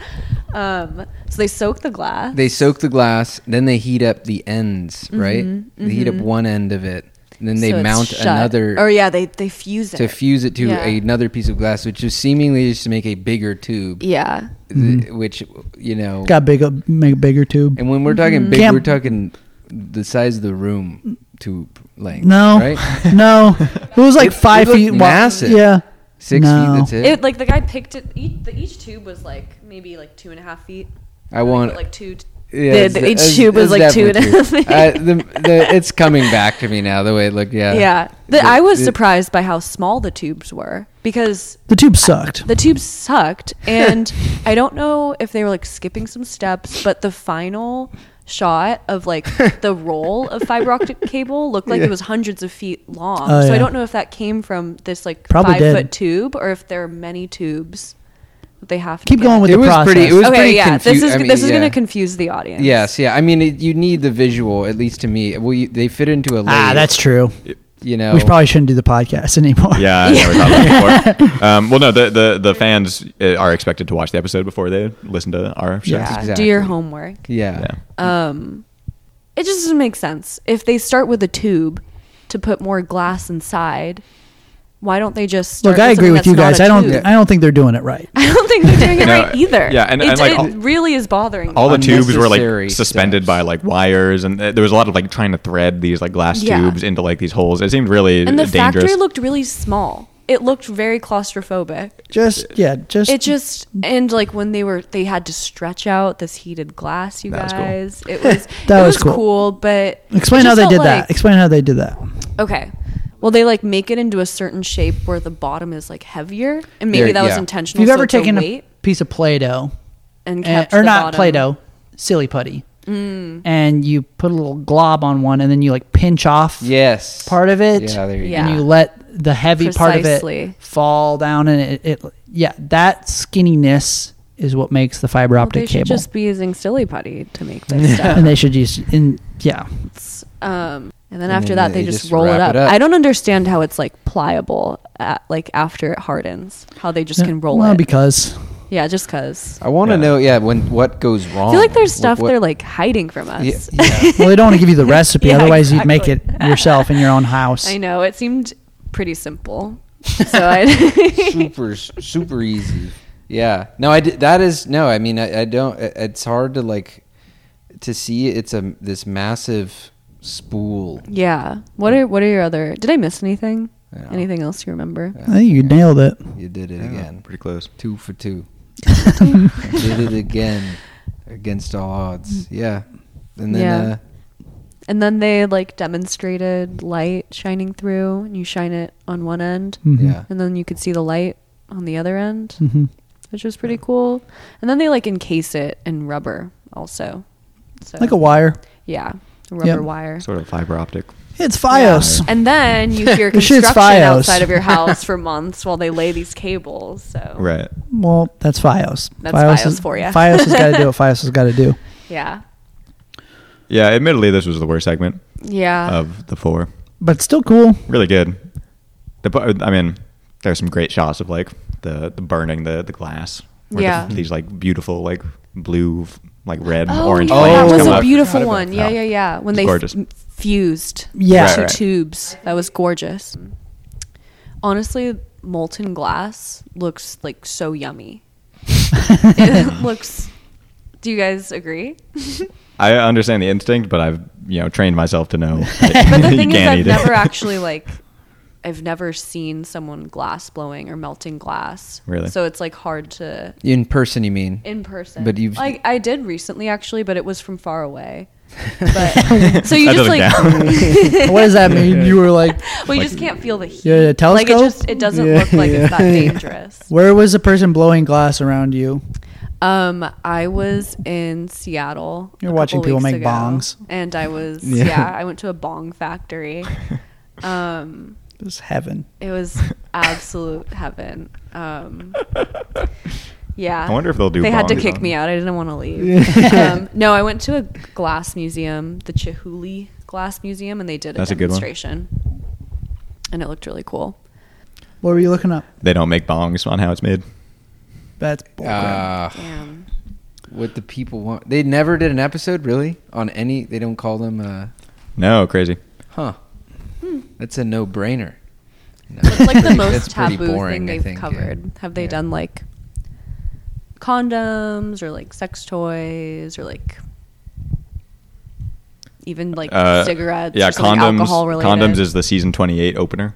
Um, so they soak the glass. They soak the glass, then they heat up the ends. Right, they heat up one end of it, and then they Mm-hmm. so it's mount shut. another Or yeah, they they fuse it. to fuse it to Yeah. another piece of glass, which is seemingly just to make a bigger tube. yeah, th- Which you know, Mm-hmm. Got big, uh, make a bigger tube. and when we're talking Mm-hmm. big, Can't- we're talking the size of the room tube length. No, right, [laughs] no. It was like It- it five looked feet. wi- massive. Yeah. six No. feet. That's it. it like the guy picked it. Each, the, each tube was like maybe like two and a half feet. I want like two. Yeah, The- it's- the- each it's- tube was it's like two definitely and a [laughs] true. half. Uh, the, the, it's coming back to me now. The way it looked, yeah, Yeah, The- I was It- surprised by how small the tubes were because The tube sucked. the [laughs] tubes sucked and i don't know if they were like skipping some steps but the final shot of like [laughs] the roll of fiber optic cable looked like Yeah. it was hundreds of feet long Oh, so i yeah. don't know if that came from this like Probably five did. foot tube or if there are many tubes that they have to Keep get. going with It the was process. pretty. It was okay pretty. yeah confu- this is I mean, this is yeah. gonna confuse the audience Yes, yeah. I mean, it, you need the visual, at least to me. Well, you, they fit into a. Lathe, ah, that's true. you know. We probably shouldn't do the podcast [laughs] anymore. Yeah, I never thought of that before. [laughs] Um, well, no, the, the, the fans uh, are expected to watch the episode before they listen to our show. yeah Exactly. Ah, do your homework Yeah. Yeah. um it just doesn't make sense if they start with a tube to put more glass inside why don't they just start Look, I agree something with you that's guys. not I a don't. tube? I don't think they're doing it right. [laughs] I don't think they're doing it No, right either yeah, and- it, and, like, it really is bothering All me. the tubes were Unnecessary like suspended steps. by like wires, and uh, there was a lot of like trying to thread these like glass Yeah. tubes into like these holes. It seemed really and the dangerous. factory looked really small it looked very claustrophobic Just yeah. Just it just and like when they were they had to stretch out this heated glass you That was cool. [laughs] guys it was That it was was, cool. cool. but it explain how just they felt did like- that. Explain how they did that. Okay. Well, they like make it into a certain shape where the bottom is like heavier, and maybe There- that was yeah. If intentional. you've so ever it's a taken a weight piece of Play-Doh and and, kept Eh, or the not bottom- Mm. Play-Doh, silly putty, and you put a little glob on one, and then you like pinch off Yes. part of it, Yeah. There you Yeah. and you let the heavy part of Precisely. it fall down, and it, it yeah, that skinniness is what makes the fiber Well, they optic should cable, just be using silly putty [laughs] to make this stuff. and they should use in yeah. Um, and then And after then that, they they, just, just roll it up. wrap it up. I don't understand how it's like pliable, at, like after it hardens, how they just can roll well, it. because [laughs] yeah, just because. I want to Yeah. know. Yeah. When what goes wrong? Oh, I feel like there's What- stuff what- they're like hiding from us. Yeah, [laughs] yeah. well, they don't want to give you the recipe, Yeah, otherwise you'd make exactly. it yourself in your [laughs] own house. I know it seemed [laughs] pretty simple, so I. [laughs] super super easy. Yeah. No, I did, that is no. I mean, I, I don't. it- It's hard to like to see. It's a this massive spool. yeah. What are What are your other? Did I miss anything? Yeah. Anything else you remember? I think you nailed it. You did it again. pretty close. Two [laughs] for two. did it again against all Mm. odds. Yeah. And then Yeah. uh, And then they like demonstrated light shining through, and you shine it on one end, Mhm. yeah. and then you could see the light on the other end, Mhm. which was pretty cool. And then they like encase it in rubber also. So Like a wire. yeah, rubber Yep. wire. Sort of fiber optic. It's FiOS. And then [laughs] you hear The shit's construction Fios. outside [laughs] of your house for months while they lay these cables. So Right. Well, that's FiOS. That's is- FiOS for ya. FiOS has got to do [laughs] what FiOS has got to do. yeah, Yeah. Admittedly, this was the worst segment yeah. Uh, of the four. But still cool. [laughs] Really good. The pa- I mean, there's some great shots of like the, the burning the the glass. where the- Yeah. these like beautiful like blue f- like red and Oh, orange. yeah, Oh, flames that was come a up. beautiful Forgot about one. Yeah, that. yeah, yeah. When It's they gorgeous. f- fused Yeah. two Right, right. tubes, that was gorgeous. Honestly, molten glass looks like so yummy. [laughs] it looks. Do you guys agree? I understand the instinct, but I've you know trained myself [laughs] to know. But the you thing is, can't I've eat it. [laughs] never actually like. I've never seen someone glass blowing or melting glass. Really? So it's like hard to In person, you mean? in person. But you've- like I did recently actually, but it was from far away. [laughs] But so you That just doesn't like [laughs] [laughs] count. what does that mean? You were like, well, you just can't feel the heat. Yeah, the Like it telescope? just it doesn't Yeah, look like it's that yeah. dangerous. where was the person blowing glass around you? Um, I was in Seattle. You're a watching couple people weeks make ago, bongs. and I [laughs] was Yeah. yeah. I went to a bong factory. Um, It was heaven. it was absolute heaven. Um, yeah. I wonder if they'll do They had to bongs kick on- me out. I didn't want to [laughs] leave. um, no, I went to a glass museum, the Chihuly Glass Museum, and they did a That's a good one. demonstration, and it looked really cool. What were you looking up? They don't make bongs on how it's made. That's bullcrap. Uh, Ah, Damn. what the people want. They never did an episode, really, on any. They don't call them. Uh, No, crazy. huh. That's a no-brainer. No. It's Hmm. like [laughs] the most That's pretty taboo boring, thing I they've think, yeah. covered. Have they Yeah. done like condoms or like sex toys or like even like Uh, cigarettes? Yeah, or something condoms. Alcohol related. Condoms is the season twenty-eight opener.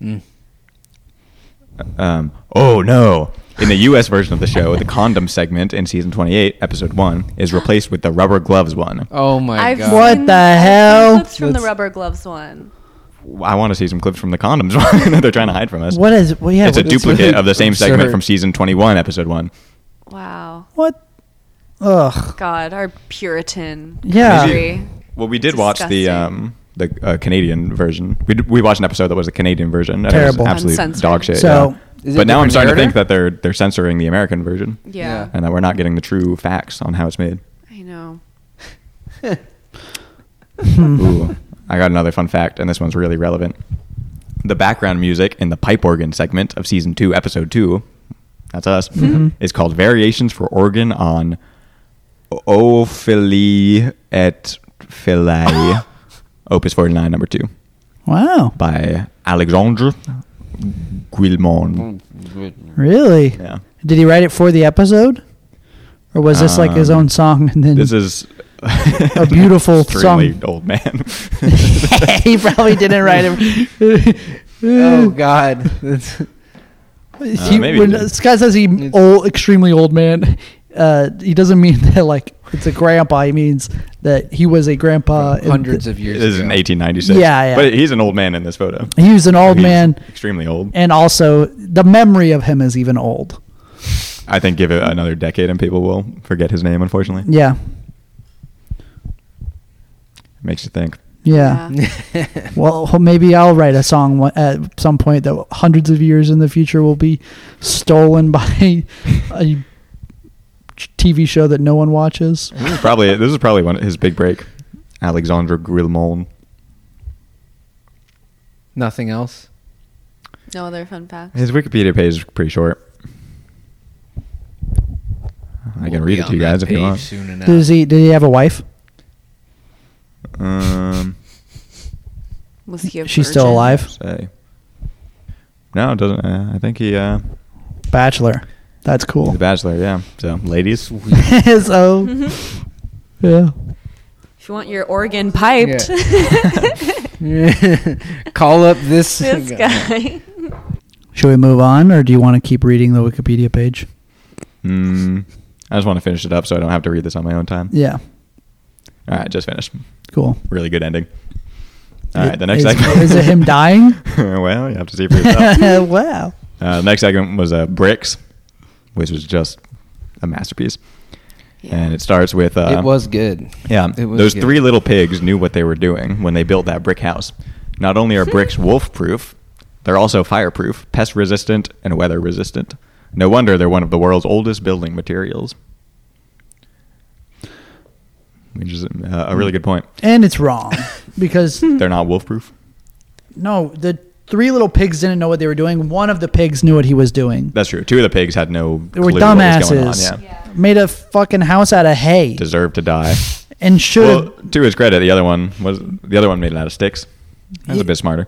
Mm. Um, oh no! In the U.S. version of the show, the condom segment in season twenty-eight, episode one, is replaced with the rubber gloves one. Oh my I've god. seen, What the I've seen hell? clips from the That's- rubber gloves one. I want to see some clips from the condoms [laughs] one that they're trying to hide from us. What is? Well, yeah. it's a what is- duplicate really of the same segment absurd. from season twenty-one, episode one. Wow, [laughs] What? Ugh. God, our Puritan Yeah. country. Well, we did watch the Disgusting. um, the uh, Canadian version. We, d- we watched an episode that was the Canadian version. and it was Terrible. absolute Uncensored. dog shit. So- yeah. Is it but now I'm starting different to narrator? think that they're they're censoring the American version, Yeah, and that we're not getting the true facts on how it's made. I know. Mm-hmm. Ooh, I got another fun fact, and this one's really relevant. The background music in the pipe organ segment of season two, episode two, that's us, Mm-hmm. is called Variations for Organ on Ophili et [laughs] Philae, opus 49, number two, [laughs] Wow. by Alexandre Guillemond. Really? Yeah. Did he write it for the episode, or was this like his Um, own song? And then This is A beautiful [laughs] extremely song. old man. [laughs] [laughs] [laughs] he probably didn't write [laughs] it. [laughs] Oh god. [laughs] Uh, That's- he, maybe he when did. Scott says he It's- old, extremely old man, uh, he doesn't mean [laughs] that like it's a grandpa. He means that he was a grandpa. in hundreds the- of years. This is in ago. 1896. Yeah, yeah. But he's an old man in this photo. He was an old He's man, Extremely old. and also the memory of him is even old. I think give it another decade and people will forget his name, unfortunately. Yeah, Makes you think. yeah. Well, ho- maybe I'll write a song one- at some point that hundreds of years in the future will be stolen [laughs] by a TV show that no one watches. This is probably this is probably one his big break. Alexandre Guillemont. [laughs] Nothing else. No other fun facts. His Wikipedia page is pretty short. I can We'll read be it to you on guys that if you page want. Soon enough. Does he? Did he have a wife? Um, Was he a She's still virgin? alive. say. No, it doesn't. Uh, I think he. Uh, Bachelor. That's he's cool. The Bachelor. Yeah. So [laughs] ladies. so, Mm-hmm. yeah. If you want your organ piped, [laughs] Call up [laughs] this, [laughs] this guy. Should we move on, or do you want to keep reading the Wikipedia page? Mm, I just want to finish it up so I don't have to read this on my own time. Yeah. All right, just finished. Cool. Really good ending. All right, the next is, segment. is it [laughs] him dying? well, you have to see for [laughs] yourself. wow. Uh, the next segment was uh, Bricks, which was just a masterpiece. And it starts with uh, it was good. yeah it was those good. three little pigs knew what they were doing when they built that brick house. Not only are bricks wolf proof, they're also fireproof, pest resistant, and weather resistant. No wonder they're one of the world's oldest building materials. Which is uh, a really good point. [laughs] And it's wrong because They're not wolf proof. no, the three little pigs didn't know what they were doing. One of the pigs knew what he was doing. That's true. Two of the pigs had no They were clue what was going on. dumbasses. Yeah. Made a fucking house out of hay Deserved to die. [laughs] and should have Well, to his credit, the other one was the other one made it out of sticks. That was a bit smarter.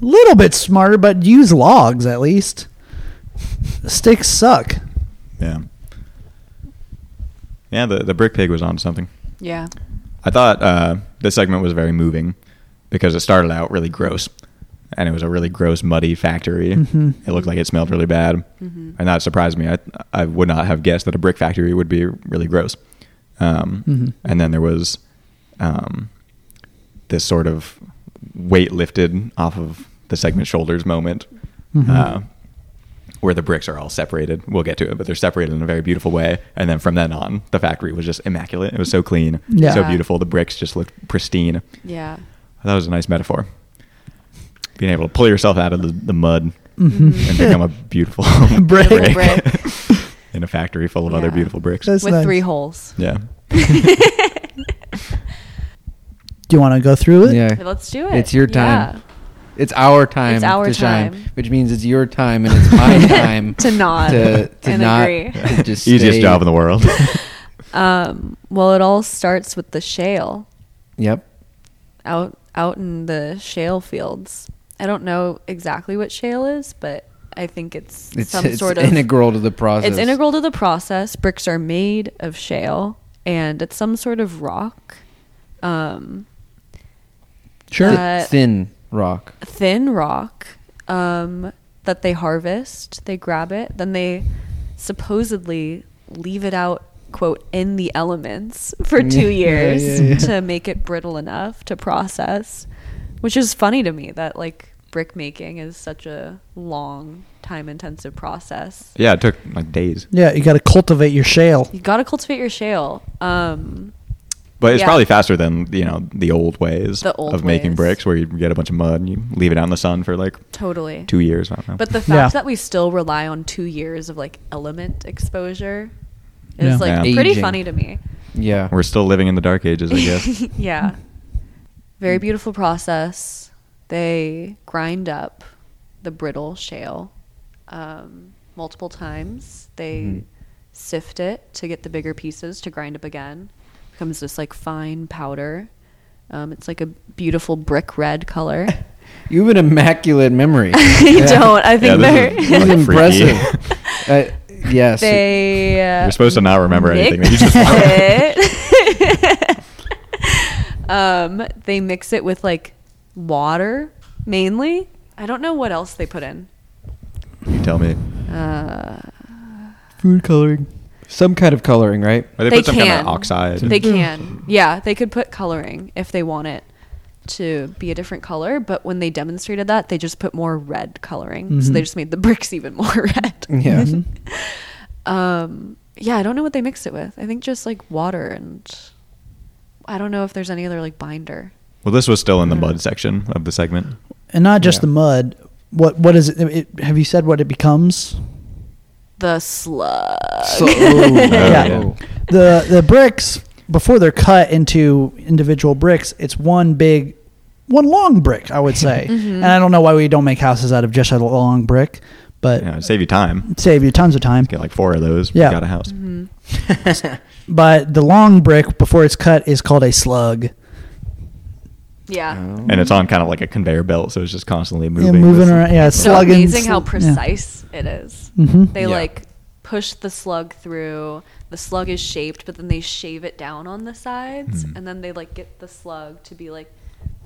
little bit smarter, but use logs at least. Sticks suck. Yeah. Yeah, the, the brick pig was on something. Yeah. I thought uh, this segment was very moving because it started out really gross, and it was a really gross, muddy factory. Mhm. It looked like it smelled really bad, and that surprised me. I I would not have guessed that a brick factory would be really gross. Um, Mhm. And then there was um, this sort of weight lifted off of the segment shoulders moment. Mhm. Uh, where the bricks are all separated. We'll get to it, but they're separated in a very beautiful way. And then from then on, the factory was just immaculate. It was so clean, Yeah. so beautiful. The bricks just looked pristine. Yeah. That was a nice metaphor. Being able to pull yourself out of the, the mud Mhm. Mm-hmm. and become [laughs] a beautiful Brick. Little brick, brick. [laughs] in a factory full of other Yeah. beautiful bricks. That's With nice. three holes. yeah. Do you want to go through it? Yeah. Let's do it. It's your time. It's our time It's our to shine, time. which means it's your time and it's [laughs] my time To nod to, to and not agree. [laughs] to [laughs] just Easiest stay- job in [laughs] the world. Yeah. Um, well, it all starts with the shale Yep. out out in the shale fields. I don't know exactly what shale is, but I think it's, It's, some it's sort of integral to the process. It's integral to the process. Bricks are made of shale, and it's some sort of rock, um, Sure. Uh, Th- thin rock. thin rock um, that they harvest. They grab it, then they supposedly leave it out, quote, in the elements [laughs] for Yeah, two yeah, years yeah. to make it brittle enough to process, which is funny to me that like brick making is such a long, time intensive process. yeah, it took like days. yeah, you got to cultivate your shale. You gotta cultivate your shale. Um, But it's Yeah. probably faster than, you know, the old ways The old of making ways. bricks where you get a bunch of mud and you leave it out in the sun for like Totally. two years. I don't know. But the fact Yeah. that we still rely on two years of like element exposure is Yeah. like Yeah. pretty Aging. funny to me. Yeah. We're still living in the dark ages, [laughs] I guess. yeah. Hmm. Very beautiful process. They grind up the brittle shale um, multiple times. They Mm-hmm. Mhm. sift it to get the bigger pieces to grind up again. Becomes this like fine powder. Um, it's like a beautiful brick red color. [laughs] You have an immaculate memory. I don't. I Yeah, think this they're. [laughs] is, [laughs] This is like, freaky. impressive. uh, yes. They uh, You're supposed to not remember anything. mix You just- it. [laughs] um, they mix it with like water mainly. I don't know what else they put in. You tell me. Uh, Food coloring. Some kind of coloring, right? Or they, They put some kind can. of oxide. they can, yeah, they could put coloring if they want it to be a different color. But when they demonstrated that, they just put more red coloring, so they Mhm. just made the [laughs] bricks even more red. [laughs] Yeah. Uh, Mhm. Um, yeah, I don't know what they mix it with. I think just like water and I don't know if there's any other like binder. well, this was still in the mud section of the segment. And not just Yeah. the mud. What what is it, it? Have you said what it becomes? The slug. So, [laughs] oh, Yeah. oh. the the bricks before they're cut into individual bricks, it's one big, one long brick, I would [laughs] say. Mm-hmm. And I don't know why we don't make houses out of just a long brick, but You know, save you time. save you tons of time. Get like four of those. Uh, Yeah. Got a house. Mm-hmm. Oh. But the long brick before it's cut is called a slug. Yeah. Oh. And it's on kind of like a conveyor belt, so it's just constantly Yeah, moving. moving This- around. Yeah, So slug and amazing sl- how yeah. precise it is. Mhm. They Yeah. like push the slug through. The slug is shaped, but then they shave it down on the sides, Mhm. and then they like get the slug to be like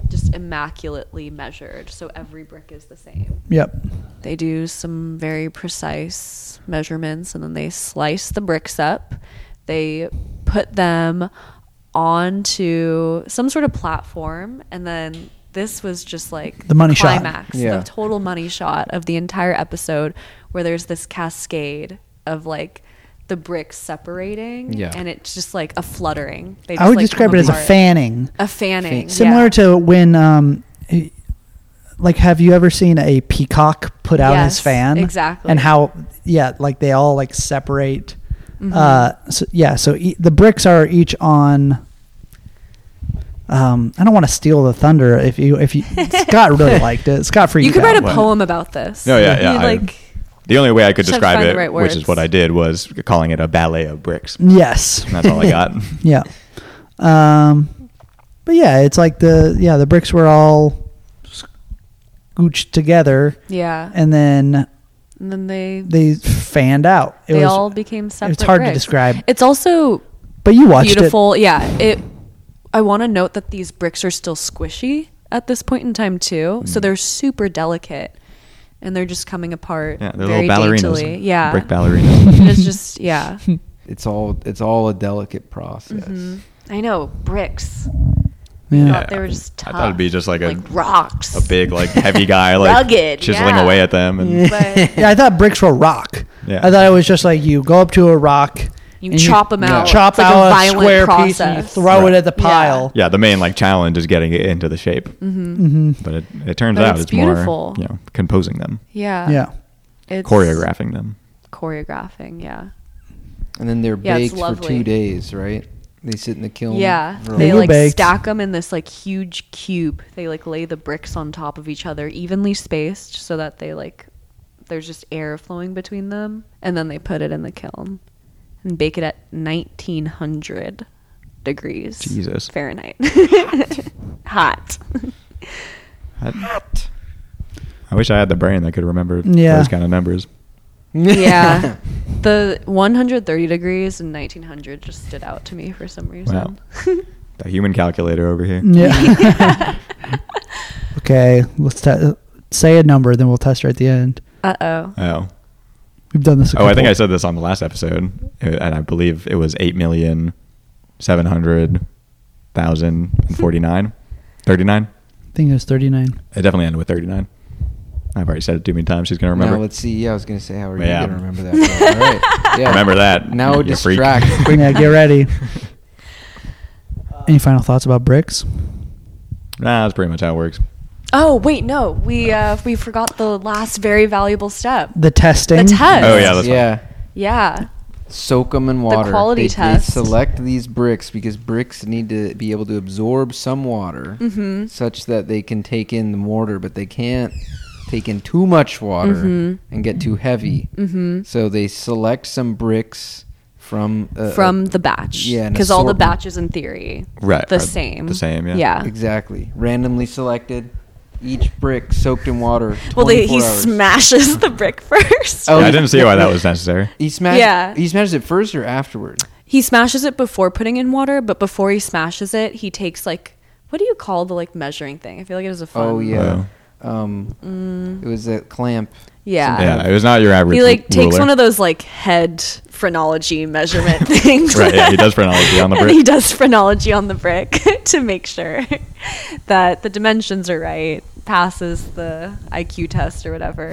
just immaculately measured, so every brick is the same. Yep. They do some very precise measurements and then they slice the bricks up. They put them onto some sort of platform and then this was just like The money shot. climax, Yeah. the total money shot of the entire episode where there's this cascade of like the bricks separating Yeah. and it's just like a fluttering. They I would like, describe come it as a apart. fanning, A fanning. similar yeah. to when um, like have you ever seen a peacock put out his Yes, fan? exactly. And how yeah, like they all like separate. Mm-hmm. Uh, so, yeah, so e- the bricks are each on Um, I don't want to steal the thunder. If you, if [laughs] you, Scott really liked it. Scott freaked You could write out. a poem about this. No, yeah, yeah, You'd, I- like The only way I could Just have to describe find the it, right which is words. what I did, was calling it a ballet of bricks. Yes. And that's all [laughs] I got. [laughs] [laughs] Yeah. Um, but yeah, it's like the yeah the bricks were all scooched together, yeah, and then and then they they fanned out. It they was all became separate. it's hard to bricks. describe. It's also but you watched beautiful. Yeah, it. I want to note that these bricks are still squishy at this point in time too, Mm. so they're super delicate, and they're just coming apart. Yeah, they're very little ballerinas. daintily. Yeah, Brick ballerinas. it's just [laughs] yeah. It's all it's all a delicate process. [laughs] I know bricks. it. Yeah. Thought they were just I tough. thought it'd be just like a- rocks. a big, like, heavy guy, like, Rugged, chiseling yeah. away at them. And, But yeah, I thought bricks were rock. Yeah. I thought it was just like you go up to a rock, You and chop 'em out. chop It's like a out a, violent square piece, and you process. throw Right. it at the Yeah. pile. yeah, the main, like, challenge is getting it into the shape. Mm-hmm. But it, it turns Mm. But out it's it's, more, beautiful. you know, composing them, yeah, yeah. it's choreographing them. choreographing. Yeah, And then they're Yeah, it's baked for lovely. two days, right? They sit in the kiln. yeah. for a They were like baked. stack them in this like huge cube. They like lay the bricks on top of each other, evenly spaced, so that they like there's just air flowing between them, and then they put it in the kiln and bake it at 1900 degrees Jesus. Fahrenheit. [laughs] Hot. Hot. I wish I had the brain that could remember Yeah. those kind of numbers. Yeah. the 130 degrees and 1900 just stood out to me for some reason. [laughs] The human calculator over here. Yeah. [laughs] okay, let's te- say a number, then we'll test her at the end. Uh oh. Oh. We've done this. A Oh, I think couple- I said this on the last episode, uh, and I believe it was eight million seven hundred thousand and [laughs] forty nine, thirty nine. I think it was thirty-nine. It definitely ended with thirty nine. I've already said it too many times. She's gonna [laughs] remember. Now let's see. Yeah, I was gonna say how are you Yeah. gonna remember that? all [laughs] right. Yeah. Remember that. Now you freak. distract. [laughs] Quick. yeah, get ready. Any final thoughts about bricks? Nah, that's pretty much how it works. Oh wait, no. We uh we forgot the last very valuable step. The testing. The test. Oh, yeah, that's yeah. Yeah. Soak them in water. quality they, test. They select these bricks because bricks need to be able to absorb some water, Mm-hmm. such that they can take in the mortar, but they can't take in too much water and get too heavy. Mm-hmm. So they select some bricks from uh, From the batch. yeah, an Because all the assortment. batches in theory. Right, The are same. the same, yeah. Yeah. exactly randomly selected. Each brick soaked in water. Well, they, he 24 hours. smashes the brick [laughs] first. Oh, Yeah, I he- didn't see why that was necessary. He smashed. Yeah. He smashed it first or afterward. He smashes it before putting in water, but before he smashes it, he takes like what do you call the like measuring thing? I feel like it was a fun. Mm. Oh yeah. Oh. Um, it was that clamp. Ah. Yeah. Yeah, it was not your average. He like takes ruler. one of those like head phrenology measurement [laughs] things. Right, yeah, he does [laughs] phrenology on the And brick. he does phrenology on the brick [laughs] to make sure that the dimensions are right, passes the IQ test or whatever,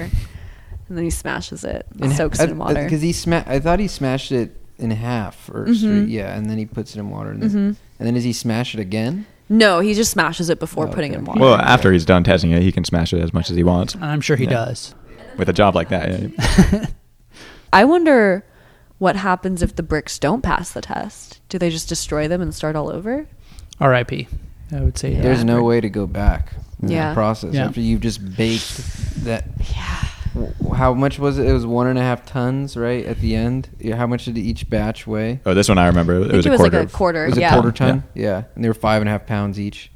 and then he smashes it, and soaks it in water. Because he sma- I thought he smashed it in half 1st Mm-hmm. yeah, and then he puts it in water, and then, and then does he smash it again? no, he just smashes it before Oh, putting okay. in water. Well, after he's done testing it, he can smash it as much as he wants. And I'm sure he Yeah. does. With a job like that, yeah. I wonder what happens if the bricks don't pass the test. Do they just destroy them and start all over? R.I.P. I would say that. There's no way to go back. In Yeah. The process Yeah. after you've just baked that. Yeah. How much was it? It was one and a half tons, right? At the end, yeah, how much did each batch weigh? Oh, this one I remember. It I was think a it was quarter. like a of- quarter. It was yeah. a quarter Yeah. ton. Yeah. and they were five and a half pounds each.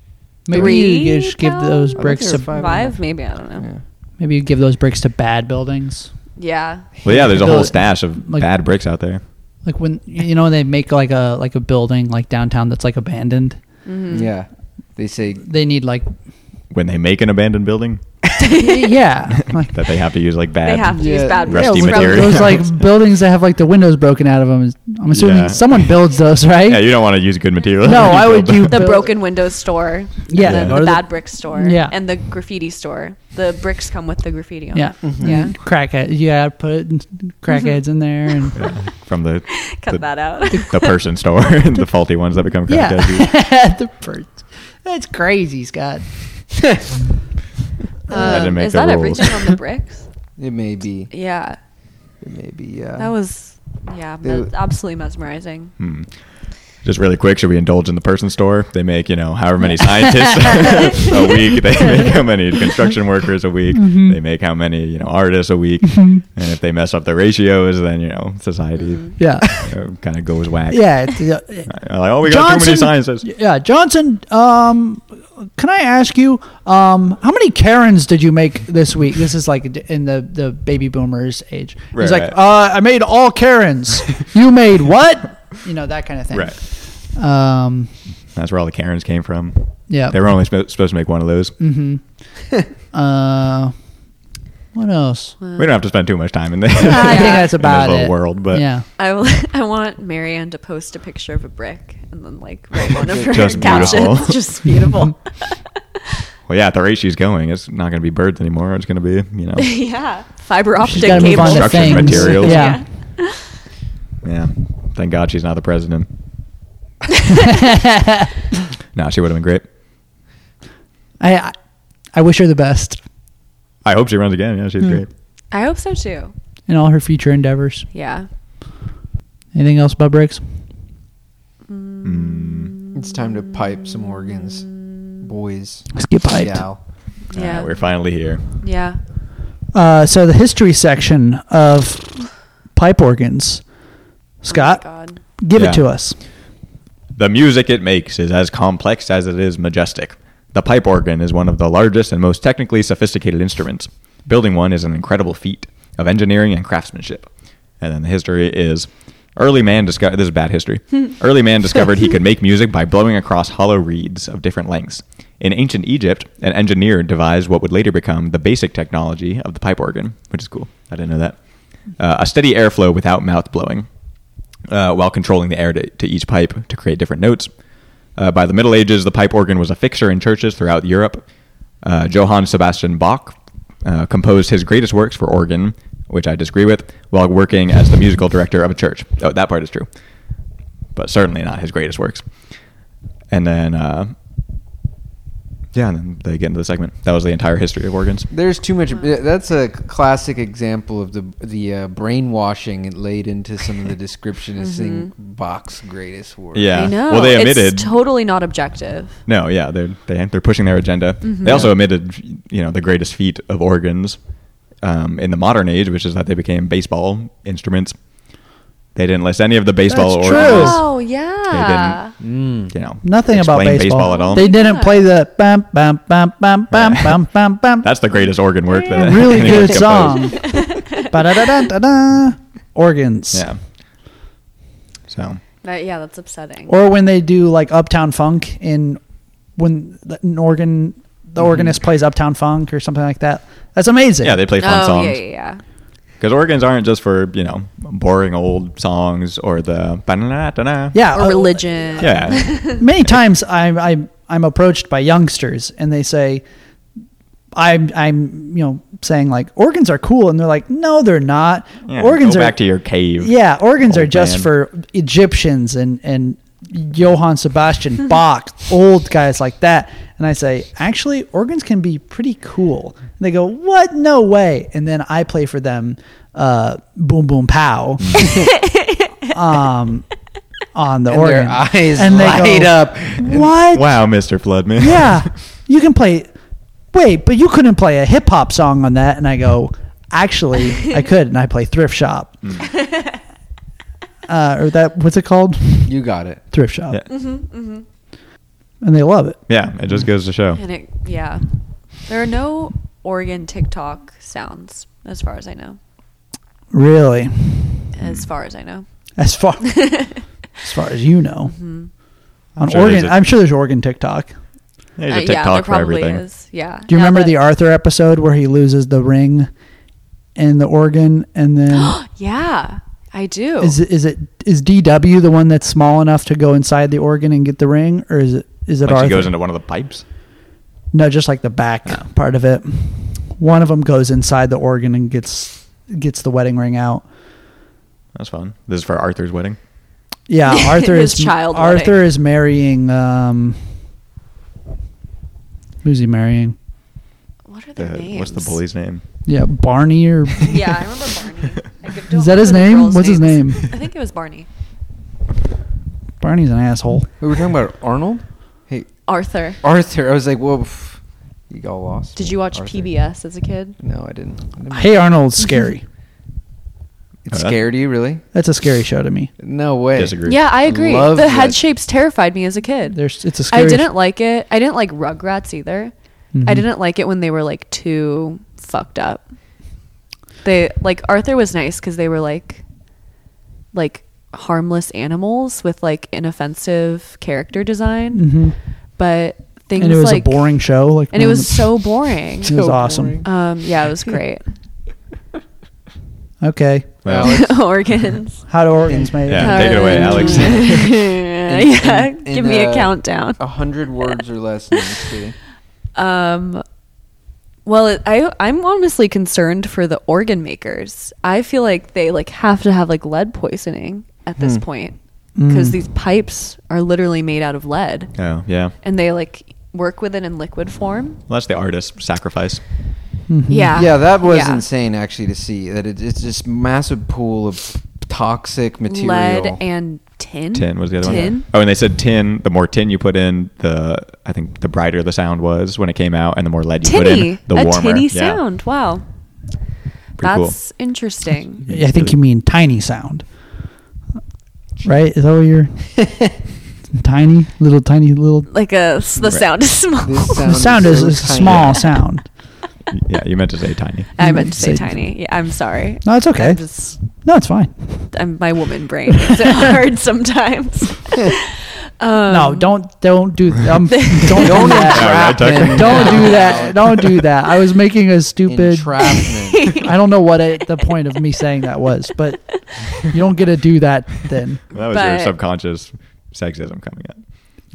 Maybe you Three just give those pounds? bricks I think to they're Five, maybe I don't know. Yeah. maybe you give those bricks to bad buildings. Yeah. Well, yeah, there's a Those- whole stash of like- bad bricks out there. Like when you know when they make like a like a building like downtown that's like abandoned. Mm-hmm. Yeah. They say They need [laughs] like When they make an abandoned building, [laughs] yeah. Like, that they have to use like bad. They have to use Yeah. bad Rusty bricks. with material. Those [laughs] like buildings that have like the windows broken out of them. I'm assuming Yeah. someone builds those, right? [laughs] Yeah, you don't want to use good material. [laughs] No, why would build you- them. the broken window store, Yeah, and go to the, the the- bad brick store, Yeah. and the graffiti store. The bricks come with the graffiti on. [laughs] Yeah. it. yeah. Crackhead. You gotta put Mm-hmm. crackheads in there and from the Cut the, that [laughs] out. the person store, the faulty ones that become [laughs] yeah. crackheads. [laughs] Yeah. the birds. That's crazy, [laughs] Scott. I didn't Um, make is the that rules. everything [laughs] on the bricks? [laughs] it may be. Yeah, It may be. Yeah. Oh. that was yeah, They- Mm. me- absolutely mesmerizing. Just really quick, should we indulge in the person store? They make, you know, however [laughs] many scientists [laughs] a week. They make how many construction workers a week. Mm-hmm. They make how many, you know, artists a week. And if they mess up the ratios, then, you know, society Yeah. kind of goes whack. Mm-hmm. Yeah. it's- uh, yeah. Like, oh, we got too many scientists. Yeah, Johnson. Um, can I ask you, um, how many Karens did you make this week? This is like in the, the baby boomers age. Right, He's like, right. uh, I made all [laughs] Karens. you made what? You know that kind of thing. Right. Um, That's where all the Karens came from. yeah. They were only sp- supposed to make one of those. hmm uh, what else? We don't have to spend too much time in [laughs] there. I think that's In this about little it. world, but yeah. I will, [laughs] I want Marianne to post a picture of a brick and then like write one [laughs] of her Just captions. [laughs] [laughs] beautiful. Just beautiful. well, yeah, at the rate she's going, it's not going to be birds anymore. It's going to be, [laughs] you know, yeah, fiber optic gotta move cable. on to [laughs] Construction things. materials. Yeah. [laughs] yeah. Thank God she's not the president. Nah, she would have been great. [laughs] I, I I wish her the best I hope she runs again. Yeah, she's great. I hope so too. in all her future endeavors. Yeah. Anything else about bricks? It's time to pipe some organs, boys. Let's get piped. Yow. Yeah. Alright, we're finally here. Yeah. Uh, so the history section of pipe organs. Scott, Oh my God. give Yeah. it to us. The music it makes is as complex as it is majestic. The pipe organ is one of the largest and most technically sophisticated instruments. Building one is an incredible feat of engineering and craftsmanship. And then the history is early man discovered this is bad history. early man discovered he could make music by blowing across hollow reeds of different lengths. In ancient Egypt, an engineer devised what would later become the basic technology of the pipe organ, which is cool. I didn't know that. Uh, a steady airflow without mouth blowing uh, while controlling the air to, to each pipe to create different notes. Uh, by the Middle Ages, the pipe organ was a fixture in churches throughout Europe. Uh, Johann Sebastian Bach uh, composed his greatest works for organ, which I disagree with, while working as the musical director of a church. Oh, that part is true, but certainly not his greatest works. And then, uh, yeah, and then they get into the segment. That was the entire history of organs. There's too much. That's a classic example of the the uh, brainwashing laid into some of the description Mm-hmm. as saying Bach's greatest work. Yeah. I know. Well, they admitted- It's totally not objective. No, yeah, they're they, they're pushing their agenda. Mm-hmm. They also omitted, you know, the greatest feat of organs um, in the modern age, which is that they became baseball instruments. They didn't list any of the baseball That's organs. true. Oh yeah. Mm. You know, Nothing about explain baseball. at all. They didn't Yeah. play the bam bam bam bam bam bam [laughs] bam bam. That's the greatest organ work. That [laughs] really anyone's good song. composed. [laughs] Ba-da-da-da-da-da. Organs. Yeah. So That, yeah, that's upsetting. Or when they do like Uptown Funk in when the- an organ the organist plays Uptown Funk or something like that. That's amazing. Mm-hmm. yeah, they play fun oh yeah, songs yeah, yeah. because organs aren't just for you know boring old songs or the ba-na-na-na-na. yeah. Or uh, religion. [laughs] yeah. [laughs] many times I'm I'm I'm approached by youngsters and they say I'm I'm you know saying like organs are cool and they're like no they're not Yeah, organs go are back to your cave. yeah organs are old just man. for Egyptians and and Johann Sebastian Bach old guys like that and I say actually organs can be pretty cool and they go what no way and then I play for them uh boom boom pow [laughs] um on the And organ their eyes And they light go, up. what Wow, Mr. Floodman. yeah, you can play. Wait, but you couldn't play a hip hop song on that. And I go, actually, I could. And I play Thrift Shop. Mm. uh, or that, what's it called? You got it. Thrift Shop. Yeah. And they love it. [laughs] Yeah, it just goes to show. And it yeah. There are no Oregon TikTok sounds, as far as I know. Really. Hmm. As far as I know. As far as far as you know. On sure Oregon, there's a- I'm sure there's Oregon TikTok. There's Uh, a TikTok yeah, there for probably everything. is. Yeah. Do you Now remember that- [gasps] the Arthur episode where he loses the ring and the organ and then [gasps] Yeah, I do. Is it, is it is DW the one that's small enough to go inside the organ and get the ring, or is it is it Like she Arthur? goes into one of the pipes. no, just like the back part of it. One of them goes inside the organ and gets gets the wedding ring out. That's fun. This is for Arthur's wedding. [laughs] Yeah, Arthur His is child Arthur wedding. is marrying. Um, who's he marrying? what are The- their names? Oh. what's the bully's name? Yeah, Barney [laughs] or Yeah, I remember [laughs] Barney. I don't Is that his remember the name? girls' What's his names. name? I think it was Barney. Barney's an asshole. We were talking about Arnold. Hey, Arthur. Arthur. I was like, whoa, pff, you got lost. Did you watch Arthur. PBS as a kid? No, I didn't. I didn't- Hey Arnold's scary. It Uh, scared you, really? That's a scary show to me. No way. Disagree. Yeah, I agree. Love the head that. shapes terrified me as a kid. There's it's a scary. I didn't like it. I didn't like Rugrats either. I Mhm. didn't like it when they were like too fucked up. They like Arthur was nice because they were like like harmless animals with like inoffensive character design, Mhm. but things And it was like a boring show. Like and it man, was so boring. [laughs] It was awesome. boring. Um, yeah, it was great. Okay, Well, [laughs] Alex. Organs. how do organs make? Yeah, take it away, [laughs] Alex. yeah, [laughs] in- give in, me a uh, countdown. A hundred words or less. No, I'm just kidding. Um, well, it, I I'm honestly concerned for the organ makers. I feel like they like have to have like lead poisoning at this Hmm. point because Mm. these pipes are literally made out of lead, oh, yeah. and they like work with it in liquid form. Well, that's the artist sacrifice. Mm-hmm. Hmm. Mhm. Yeah. Yeah, that was Uh, Yeah. insane actually to see that it, it's this massive pool of toxic material. Lead [laughs] and tin. Tin was the other tin? one. Oh, and they said tin. The more tin you put in, the I think the brighter the sound was when it came out, and the more lead Oh, you put in, Tinny. the a warmer. tinny Yeah. sound. Wow. Pretty cool. That's interesting. I think you mean tiny sound, right? Is that what you're? tiny, little, tiny, little. Like a s- the Right. sound is [laughs] small. This The sound is, so is a tiny. small sound. Yeah, you meant to [laughs] say tiny. I meant to say Say- tiny. Yeah, I'm sorry. No, it's okay. I'm just No, it's fine. I'm, my woman brain is [laughs] hard sometimes. um, no, don't don't do um, don't do Don't that. Yeah, right, Tucker. entrapment. Don't do that. Don't do that. I was making a stupid. Entrapment. [laughs] [laughs] I don't know what it, the point of me saying that was, but you don't get to do that then. [laughs] That was your But- subconscious sexism coming [laughs] up.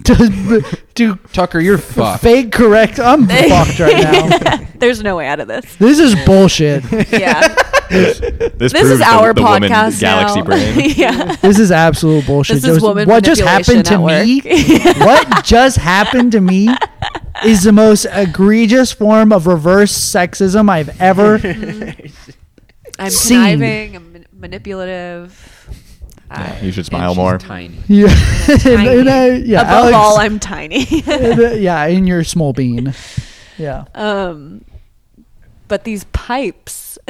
to, to Tucker, you're fucked. fake correct. I'm [laughs] fucked right now. There's no way out of this. This is bullshit. [laughs] Yeah, This, this proves is the- our the woman podcast Galaxy now. [laughs] brain. yeah, This is absolute bullshit. this is Just- woman. what just happened to me? manipulation at [laughs] work. what just happened to me is the most egregious form of reverse sexism I've ever. [laughs] Mm. I'm Scene. conniving. I'm man- manipulative. Yeah, I- you should smile And she's more. Tiny. Yeah, [laughs] and, Tiny. and I, yeah, Above Alex- all, I'm tiny. [laughs] [laughs] and, uh, yeah, in your small bean. Yeah, Um, but these pipes, [laughs]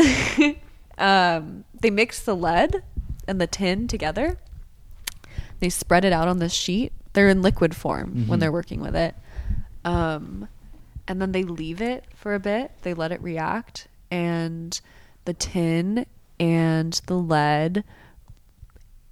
um, they mix the lead and the tin together. They spread it out on this sheet. They're in liquid form Mm-hmm. when they're working with it. Um, and then they leave it for a bit. They let it react. And the tin and the lead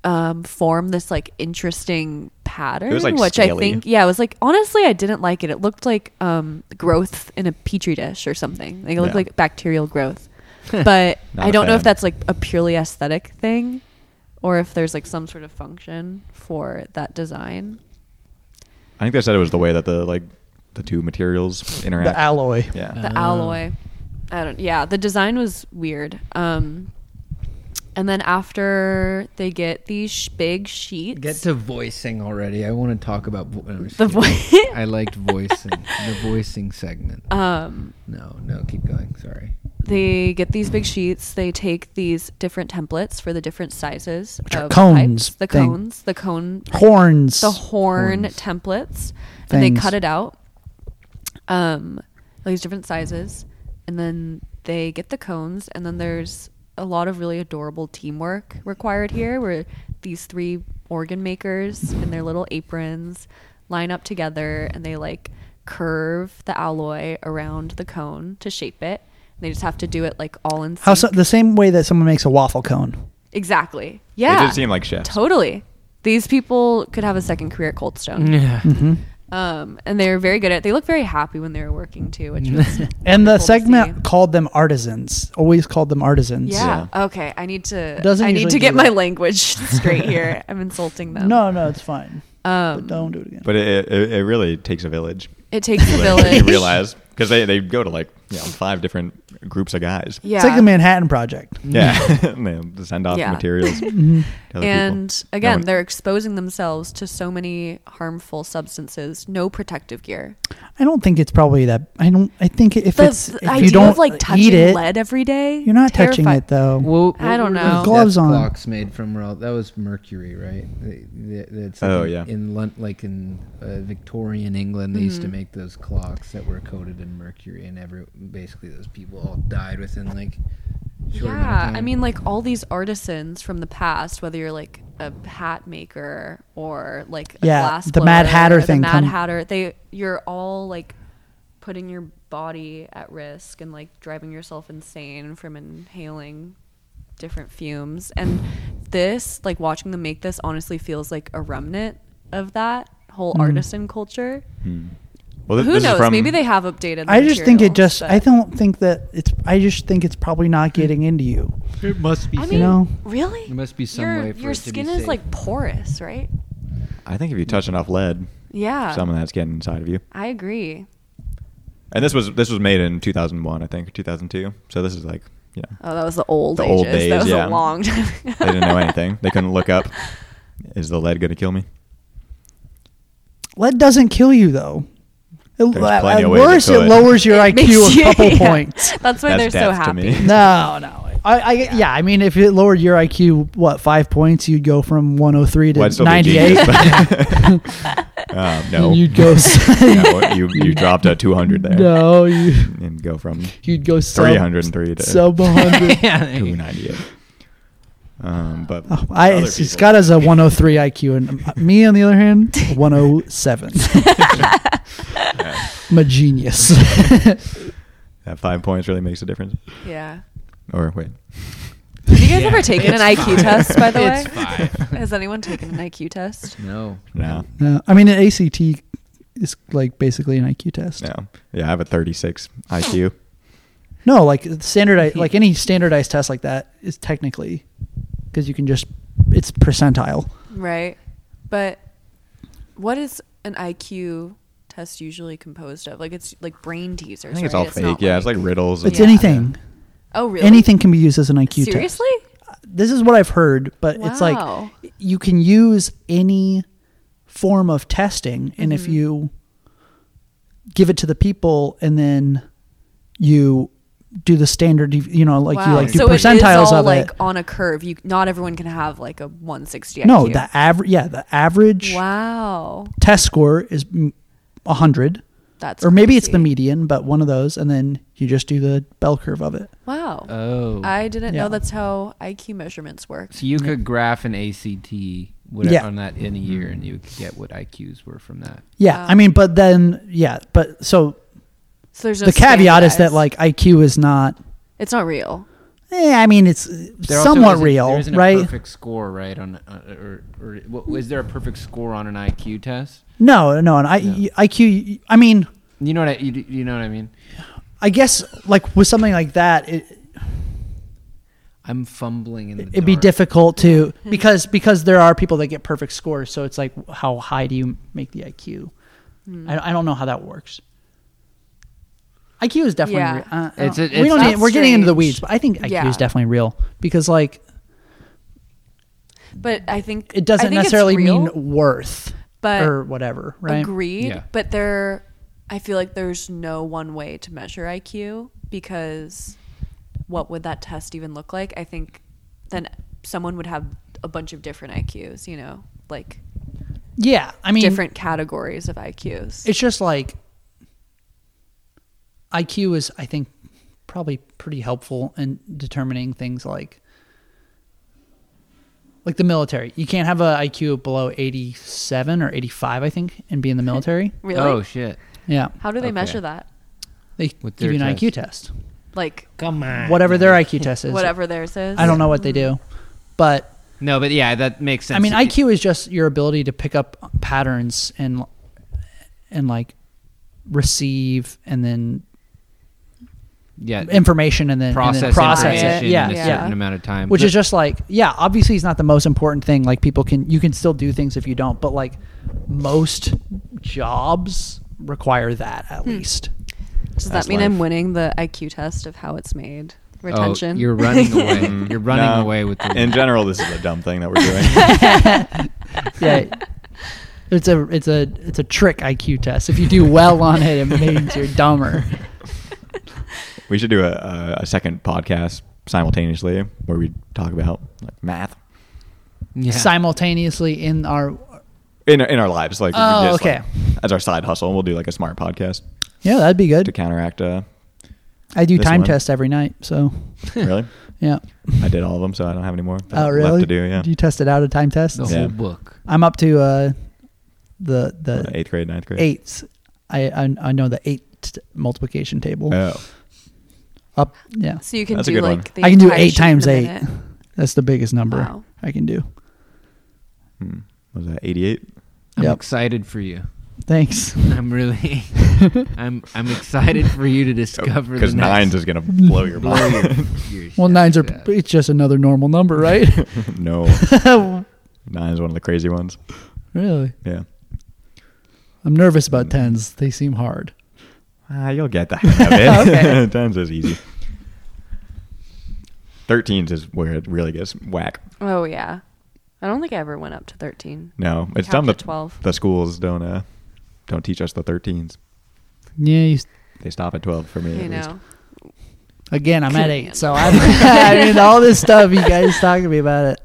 um, form this like interesting pattern, like, which I scaly. think yeah, it was like honestly, I didn't like it. It looked like um, growth in a petri dish or something. Like it looked Yeah. like bacterial growth. but Not I a don't know if fan. that's like a purely aesthetic thing, or if there's like some sort of function for that design. I think they said it was the way that the like the two materials interact. the alloy. Yeah. The alloy. I don't. Yeah, the design was weird. Um, and then after they get these sh- big sheets, Get to voicing already. I want to talk about vo- no, I'm just the kidding. voice. I liked voicing. the voicing segment. [laughs] Um, No, no, keep going. Sorry. they get these big sheets. They take these different templates for the different sizes are of the cones pipes, the thing. cones, the cone, Horns. the horn Horns. templates, and they Things. cut it out. Um, all these different sizes, and then they get the cones, and then there's a lot of really adorable teamwork required here, where these three organ makers in their little aprons line up together, and they like curve the alloy around the cone to shape it. And they just have to do it like all in sync. How so, the same way that someone makes a waffle cone. exactly. Yeah. They just seem like chefs. Totally. These people could have a second career at Cold Stone. Yeah. Mm-hmm. Um, and they were very good at They look very happy when they were working too, [laughs] which was. And the Cool to see. segment called them artisans. Always called them artisans. Yeah. Okay. I need to. Doesn't I need usually to do get my that. [laughs] language straight here. I'm insulting them. No, no, it's fine. Um, but don't do it again. But it, it, it really takes a village. it takes a Like, you village. realize because they, they go to like you know, five different groups of guys. Yeah. It's like the Manhattan Project. Yeah, [laughs] and they send off Yeah. [laughs] materials. to other and people. again, No, they're exposing themselves to so many harmful substances. No protective gear. I don't think it's probably that. I don't. I think if The it's v- if idea you don't of like touching eat it, lead every day. you're not touching terrifi- it though. Well, I don't know. Gloves on. Clocks made from rel- that was mercury, right? They- they- that's like Oh, in- yeah. In Lon- like in uh, Victorian England, they Hmm. used to make those clocks that were coated in mercury, and every basically those people all died within like. Short amount of Yeah, I time. mean, like all these artisans from the past, whether you're like a hat maker or like a Yeah, glass the Mad blower Hatter or thing the Mad come- Hatter, they you're all like putting your body at risk and like driving yourself insane from inhaling different fumes. And this, like watching them make this, honestly feels like a remnant of that whole Mm. artisan culture. well, th- Who this is knows? from- Maybe they have updated. the I just think it material, just. I but- don't think that it's. I just think it's probably not getting into you. it must be. I mean, know? really? There must be some your, way for your it to be skin is safe. like porous, right? I think if you touch enough lead, Yeah, some of that's getting inside of you. I agree. And this was this was made in 2001, I think, or 2002. So this is like, you know, Oh, that was the old The ages. old that days, was a yeah. long time. they didn't [laughs] know anything. They couldn't look up. Is the lead going to kill me? Lead doesn't kill you though. It, There's plenty at of ways it worst, it could. lowers your It makes IQ a you- couple [laughs] yeah. points. That's why That's they're so death to happy. me. No, no. I, I yeah. I mean, if it lowered your IQ, what five points, you'd go from 103 to Well, I'd still be 98. genius, [laughs] but- [laughs] um, no, And you'd go. s- [laughs] no, you you dropped a 200 there. no, [laughs] you, and go from you'd go sub, 303 to sub 100. [laughs] yeah, there you go. 298. Um, but Oh, I, other it's, he's people- got us a 103 IQ, and uh, me on the other [laughs] hand, 107. [laughs] [laughs] I'm a genius. [laughs] that five points really makes a difference. Yeah. Or wait, Have you guys Yeah, ever taken an it's IQ fine. test, by the way? It's fine. [laughs] Has anyone taken an IQ test? No. no, No, I mean, an ACT is like basically an IQ test. no, yeah, I have a 36 IQ. No, like [laughs] standardized, like any standardized test like that is technically because you can just it's percentile. Right. But what is an IQ test usually composed of? Like it's like brain teasers. I think it's right? all fake. not yeah, it's like riddles. It's Yeah. anything. oh really? Anything can be used as an IQ test. Seriously? This is what I've heard, but it's Wow. like you can use any form of testing, and Mm-hmm. if you give it to the people and then you do the standard, you know, like you like do so it percentiles is all of like it. on a curve. You not everyone can have like a 160 IQ. No, the average, yeah, the average Wow. test score is mm, 100. That's or maybe it's the crazy. median, but one of those, and then you just do the bell curve of it. Wow. Oh. I didn't Yeah. know that's how IQ measurements work. so you could graph an ACT whatever, Yeah. on that in a year, and you could get what IQs were from that. Yeah, I mean, but then yeah, but so So there's no the caveat is that standardized- like IQ is not. it's not real. Eh, I mean, it's There also somewhat isn't- real, there isn't A right? perfect score, right? On uh, or, or what, is there a perfect score on an IQ test? No, no, and I, Yeah. IQ. I mean, You know what I you, you know what I mean? I guess like with something like that, it, I'm fumbling in the it'd be dark. difficult to Mm-hmm. because because there are people that get perfect scores. So it's like, how high do you make the IQ? Mm. I, I don't know how that works. IQ is definitely Yeah. real. Uh, I don't- It's a- we it's- don't need, That's we're getting into the strange. weeds, but I think IQ Yeah. is definitely real because like But I think it doesn't I think it's necessarily real, mean worth but or whatever, right? agreed. Yeah. But there, I feel like there's no one way to measure IQ because what would that test even look like? I think then someone would have a bunch of different IQs. You know, like Yeah, I mean, different categories of IQs. it's just like IQ is, I think, probably pretty helpful in determining things like like the military. You can't have an IQ below eighty seven or eighty five, I think, and be in the military. really? Oh shit. Yeah, How do they okay. measure that? they With give you an their IQ test, Like Come on. whatever their [laughs] IQ test is. whatever theirs is. I don't know what they do, but No, but yeah, that makes sense. I mean, IQ is just your ability to pick up patterns and and like receive and then yeah, information and then and Uh, process, then process information it. information Yeah, in a yeah. certain yeah. amount of time. Which But- is just like, yeah, obviously it's not the most important thing. Like people can you can still do things if you don't, but like most jobs require that at least. Does That's that mean life. I'm winning the IQ test of how it's made? Retention. Oh, you're running [laughs] away. You're running Mm. No. away with the. In general, this is a dumb thing that we're [laughs] doing. Yeah. [laughs] It's a it's a it's a trick IQ test. If you do well on it, it means you're dumber. [laughs] we should do a, a, a second podcast simultaneously where we talk about like math Yeah. [laughs] Simultaneously in our in our, in our lives. Like, we Oh, just, like, okay. as our side hustle, we'll do like a smart podcast yeah, that'd be to good. counteract. Uh, I do this time one. test every night, so really, yeah. I did all of them, so I don't have any more. Oh, really? Left to do, yeah. You tested out a time test. the Yeah. whole book. I'm up to uh, the Uh, the eighth grade, ninth grade. eights. I, I I know the eight multiplication table. Oh, up, yeah. [laughs] so you can That's a do good one. like the I can do entire eight sheet in times a eight. minute. Oh. That's the biggest number Wow. I can do. hmm. was that eighty-eight? I'm Yep. excited for you. [laughs] Thanks. [laughs] I'm really. I'm I'm excited for [laughs] you to discover Because the next- nines is gonna [laughs] blow your blow mind. [laughs] [laughs] your- your Well, shit. nines are. Yeah. It's just another normal number, right? [laughs] no, nine is one of the crazy ones. really. Yeah. I'm nervous about tens. They seem hard. Ah, you'll get the [laughs] hang of it. [laughs] Okay. Tens is easy. Thirteens is where it really gets whack. Oh yeah. I don't think I ever went up to thirteen. No, it's Capped dumb at that 12. the schools don't uh, don't teach us the thirteens. Yeah. You, They stop at twelve for me. You at least. know. again, I'm at eight, so I'm. [laughs] I mean, all this stuff you guys talk to me about it.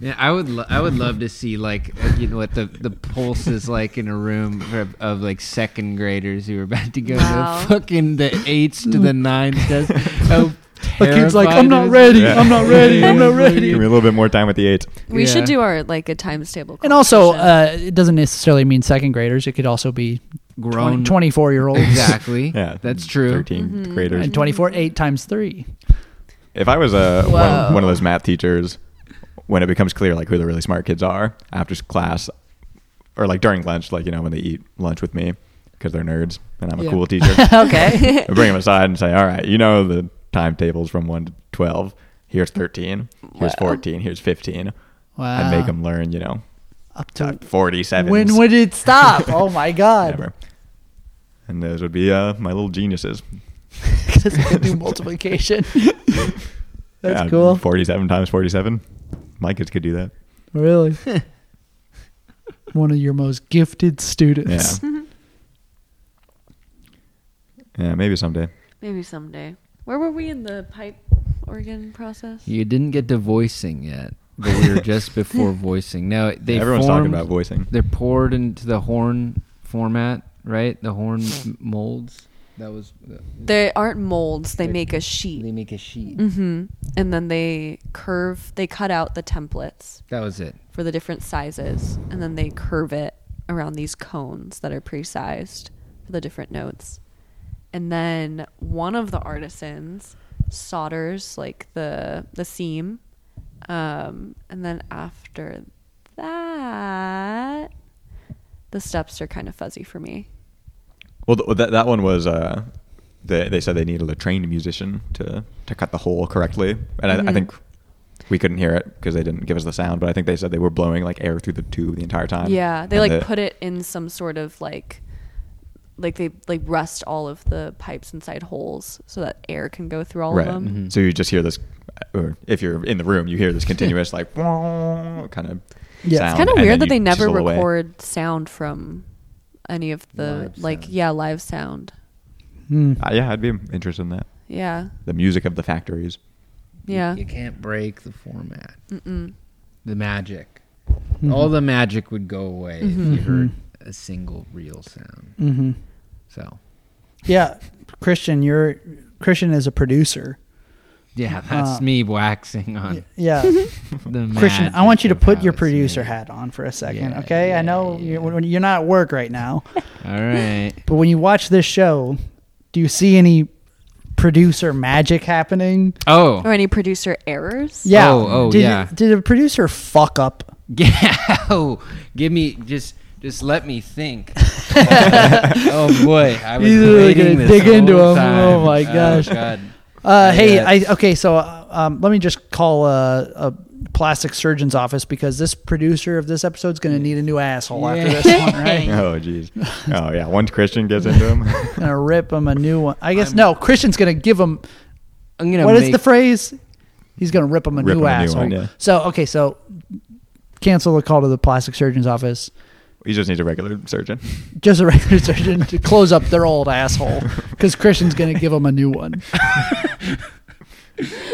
Yeah, I would lo- I would love to see like uh, you know what the the pulse is like in a room of, of like second graders who are about to go Wow. to fucking the eights to the nines. [laughs] Does how The kid's like, terrified I'm not is- ready. Yeah. I'm not ready. I'm [laughs] not Yeah. ready. Give me a little bit more time with the eights. We Yeah. should do our like a times table. And also, competition. uh, it doesn't necessarily mean second graders. It could also be 20, Grown 24 year olds. Exactly. [laughs] Yeah, that's true. 13th Mm-hmm. graders. And 24, 8 times 3. If I was uh, Whoa. one, one of those math teachers, when it becomes clear like who the really smart kids are after class, or like during lunch, like you know when they eat lunch with me because they're nerds and I'm a Yeah. cool teacher, uh, [laughs] okay. I bring them aside and say, "All right, you know the timetables from one to twelve. Here's thirteen. Here's fourteen. Here's fifteen. Wow. I make them learn. You know, up uh, to to forty-seven. When would it stop? Oh my God. [laughs] Never. And those would be uh, my little geniuses. Because I can do multiplication. That's Yeah, cool. Forty-seven times forty-seven. My kids could do [laughs] that. Really? One of your most gifted Yeah. students. yeah, maybe someday. maybe someday. Where were we in the pipe organ process? You didn't get to voicing yet, but we were [laughs] just before voicing. Now they Everyone's talking formed- about voicing. They're poured into the horn format, right? The horn m- molds. That was. They aren't molds. They They- make a sheet. They make a sheet. Mm. hmm And then they curve, they cut out the templates That was it. for the different sizes, and then they curve it around these cones that are pre sized for the different notes. And then one of the artisans solders like the the seam. Um, and then after that, the steps are kind of fuzzy for me. Well, th- that that one was. Uh, they, they said they needed a trained musician to to cut the hole correctly, and I, I Mhm. think we couldn't hear it because they didn't give us the sound. But I think they said they were blowing like air through the tube the entire time. Yeah, they And like the- put it in some sort of like like they like rest all of the pipes inside holes so that air can go through all right. Mm-hmm. of them. Mm-hmm. So you just hear this, or if you're in the room, [laughs] you hear this continuous like [laughs] kind of. Yeah. It's sound, kind of and then weird that you they never chisel away. record sound from any of the Live like sound. yeah, live sound. Hmm. Uh, yeah, I'd be interested in that. Yeah. The music of the factories. You- Yeah. You, can't break the format. Mm-mm. The magic. Mhm. All the magic would go away Mm-hmm. if Mhm. you heard a single real sound. Mhm. So Yeah. Christian, you're Christian is a producer. yeah, that's Uh, me waxing on Yeah. [laughs] the Christian, I magic want you to of put how your it's producer made. hat on for a second, Yeah, okay? I yeah, know yeah. you're, when- you're not at work right now, All [laughs] right. but when you watch this show, do you see any producer magic happening? Oh Or any producer errors? Yeah. Oh, oh, did, yeah. Did a producer fuck up? [laughs] yeah. Oh, give me just just let me [laughs] think. oh boy, I was He's really waiting gonna this dig into whole him. Oh, time. my gosh. God. Uh, hey, Yeah. I okay. So uh, um, let me just call uh, a plastic surgeon's office because this producer of this episode's going to need a new asshole after this one, right? [laughs] [laughs] Oh, [laughs] jeez. Oh, yeah. Once Christian gets into [laughs] him, going to rip him a new one. I guess no, Christian's going to give him I'm gonna. What is make, the phrase? He's going to rip him a Rip new him a new asshole. one, yeah. So, okay, so cancel the call to the plastic surgeon's office. he just needs a regular [laughs] surgeon. Just a regular [laughs] surgeon to close up their old asshole because Christian's going to give him a new [laughs] one.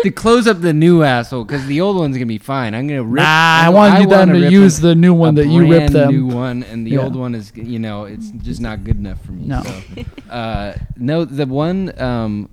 to close up the new asshole because the old one's gonna be fine. I'm gonna rip. Nah, I I'm- want you them wanna to rip use the new a one that you ripped brand them. New one, and the Yeah. old one is you know it's just not good enough for me. No. so. uh, no, the one um,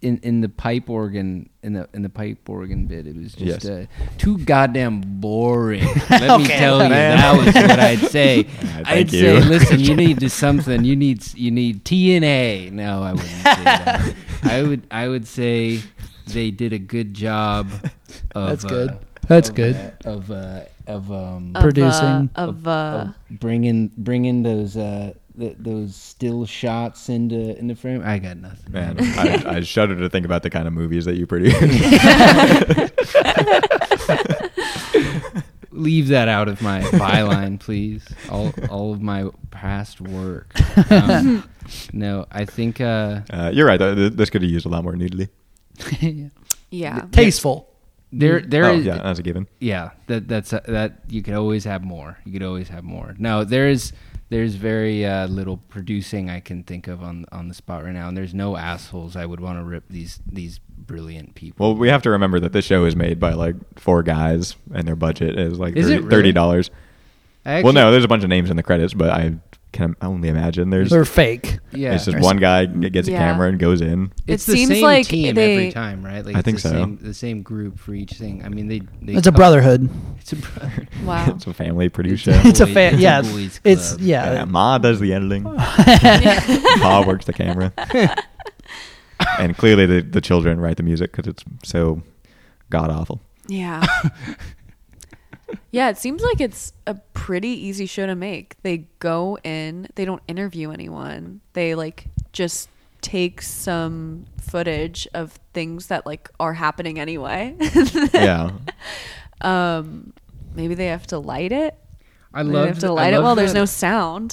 in in the pipe organ in the in the pipe organ bit, it was Yes. just uh, too goddamn boring. Let me Okay. tell you, Man. that was what I'd say. thank I'd you. [laughs] say, listen, you need to something. You need you need TNA. No, [laughs] I wouldn't say that. I would I would say they did a good job. Of, That's uh, good. That's Oh, of, good. uh, of uh, of um Uh, Producing. of, uh, of, uh, of bringing bringing those uh th- those still shots into into frame. I got nothing. [laughs] Man, I, I shudder to think about the kind of movies that you produce. Leave that out [laughs] of my byline, please. All all of my past work. [laughs] Um, no, I think uh Uh, you're right. though. Th- This could have used a lot more nudity. yeah. Tasteful. there there Oh, is yeah, that's a given. yeah that that's uh, that you could always have more you could always have more no there's there's very uh, little producing i can think of on on the spot right now and there's no assholes i would want to rip these these brilliant people Well, we have to remember that this show is made by like four guys, and their budget is like Is it thirty dollars. I Well, no, actually- there's a bunch of names in the credits, but I can only imagine there's They're fake. yeah it's just one guy g- gets Yeah. a camera and goes in. it's It the seems same like team they- every time right like I it's think the so. same, the same group for each thing i mean they, they It's a co- brotherhood. [laughs] it's a brother Wow. [laughs] it's a family produced It's a- show. It's a Boys- fan. it's a Yeah, boys' it's club. yeah. Yeah, Ma does the editing. [laughs] Ma works the camera. and clearly, the, the children write the music because it's so god awful. Yeah. [laughs] yeah, it seems like it's a pretty easy show to make. They go in, they don't interview anyone. They like just take some footage of things that like are happening anyway. [laughs] Yeah, um maybe they have to light it. [laughs] i Maybe they love have to light it while there's no sound.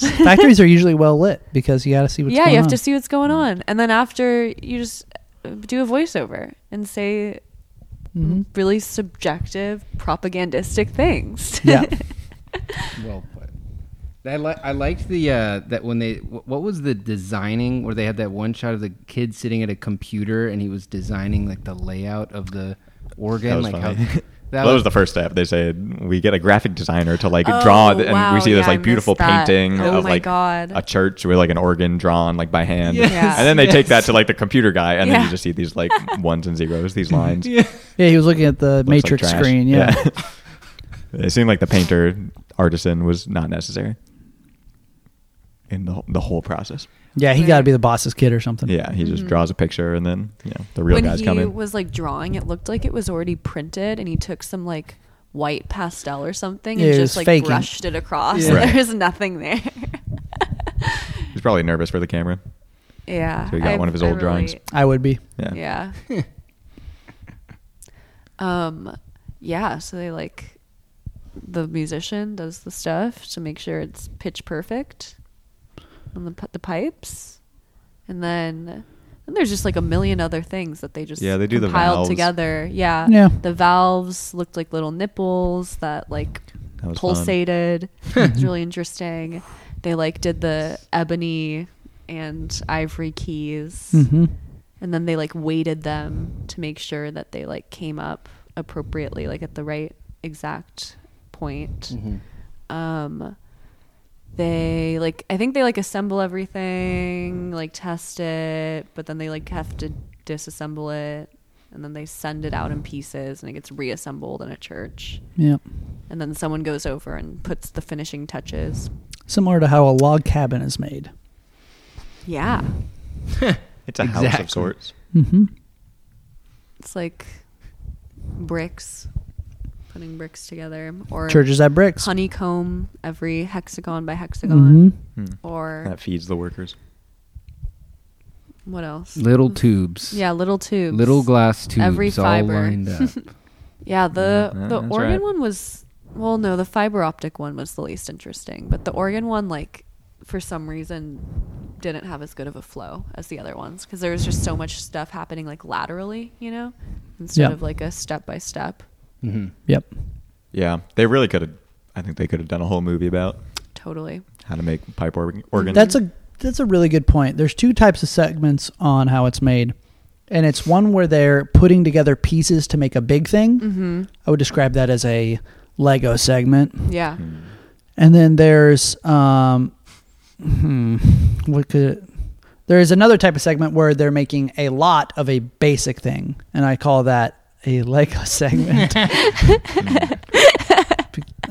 [laughs] Factories are usually well lit because you got to see what's [laughs] yeah, going you have on. to see what's going on. And then after you just uh, do a voiceover and say Mm-hmm. really subjective propagandistic things. [laughs] Yeah. Well put. I, li- I liked the uh, that when they wh- what was the designing where they had that one shot of the kid sitting at a computer and he was designing like the layout of the organ that was like [laughs] funny. how Well, that was the first step. They said we get a graphic designer to like Oh, draw, th- and wow, we see yeah, this I like missed beautiful that. painting Oh of my like God. a church with like an organ drawn like by hand, Yes, Yeah. and then they yes. take that to like the computer guy, and then Yeah. you just see these like ones and zeros, these lines. Yeah, he was looking at the Looks like Matrix trash. screen. Yeah. it seemed like the painter artisan was not necessary in the the whole process. [laughs] Yeah, he got to be the boss's kid or something. Yeah, he just draws a picture, and then you know, the real Mm-hmm. when guys he come in. was like drawing, it looked like it was already printed, and he took some like white pastel or something Yeah, and he just was like faking. brushed it across. Yeah. [laughs] Right. There was nothing there. He's probably nervous for the camera. yeah, So he got one of his old drawings. I would be. Yeah. Yeah. [laughs] um, yeah. So they like the musician does the stuff to make sure it's pitch perfect on the pi- the pipes, and then. And there's just like a million other things that they just Yeah, they do the compiled valves. together. Yeah, Yeah. The valves looked like little nipples that like That was fun. [laughs] pulsated. it's really interesting. They like did the ebony and ivory keys hmm and then they like weighted them to make sure that they like came up appropriately like at the right exact point Mm-hmm. um they like i think they like assemble everything like test it but then they like have to disassemble it and then they send it out in pieces and it gets reassembled in a church Yeah. and then someone goes over and puts the finishing touches Similar to how a log cabin is made. yeah It's a house Exactly. of sorts. hmm it's like bricks putting bricks together or Churches have bricks. honeycomb every hexagon by hmm hexagon or That feeds the workers. what else little tubes yeah little tubes little glass tubes Every [laughs] all fiber. lined up Yeah, the Yeah, the that's Oregon right. one was well, no, the fiber optic one was the least interesting, but the Oregon one like for some reason didn't have as good of a flow as the other ones because there was just so much stuff happening like laterally, you know, instead Yeah. of like a step by step. Mm-hmm. Yep. Yeah, they really could have. I think they could have done a whole movie about Totally. how to make pipe organ. organ. That's a that's a really good point. There's two types of segments on how it's made. And it's one where they're putting together pieces to make a big thing. Mm. Mm-hmm. I would describe that as a Lego segment. Yeah. Hmm. And then there's um, hmm, what could there is another type of segment where they're making a lot of a basic thing, and I call that a Lego [laughs] [laughs] segment.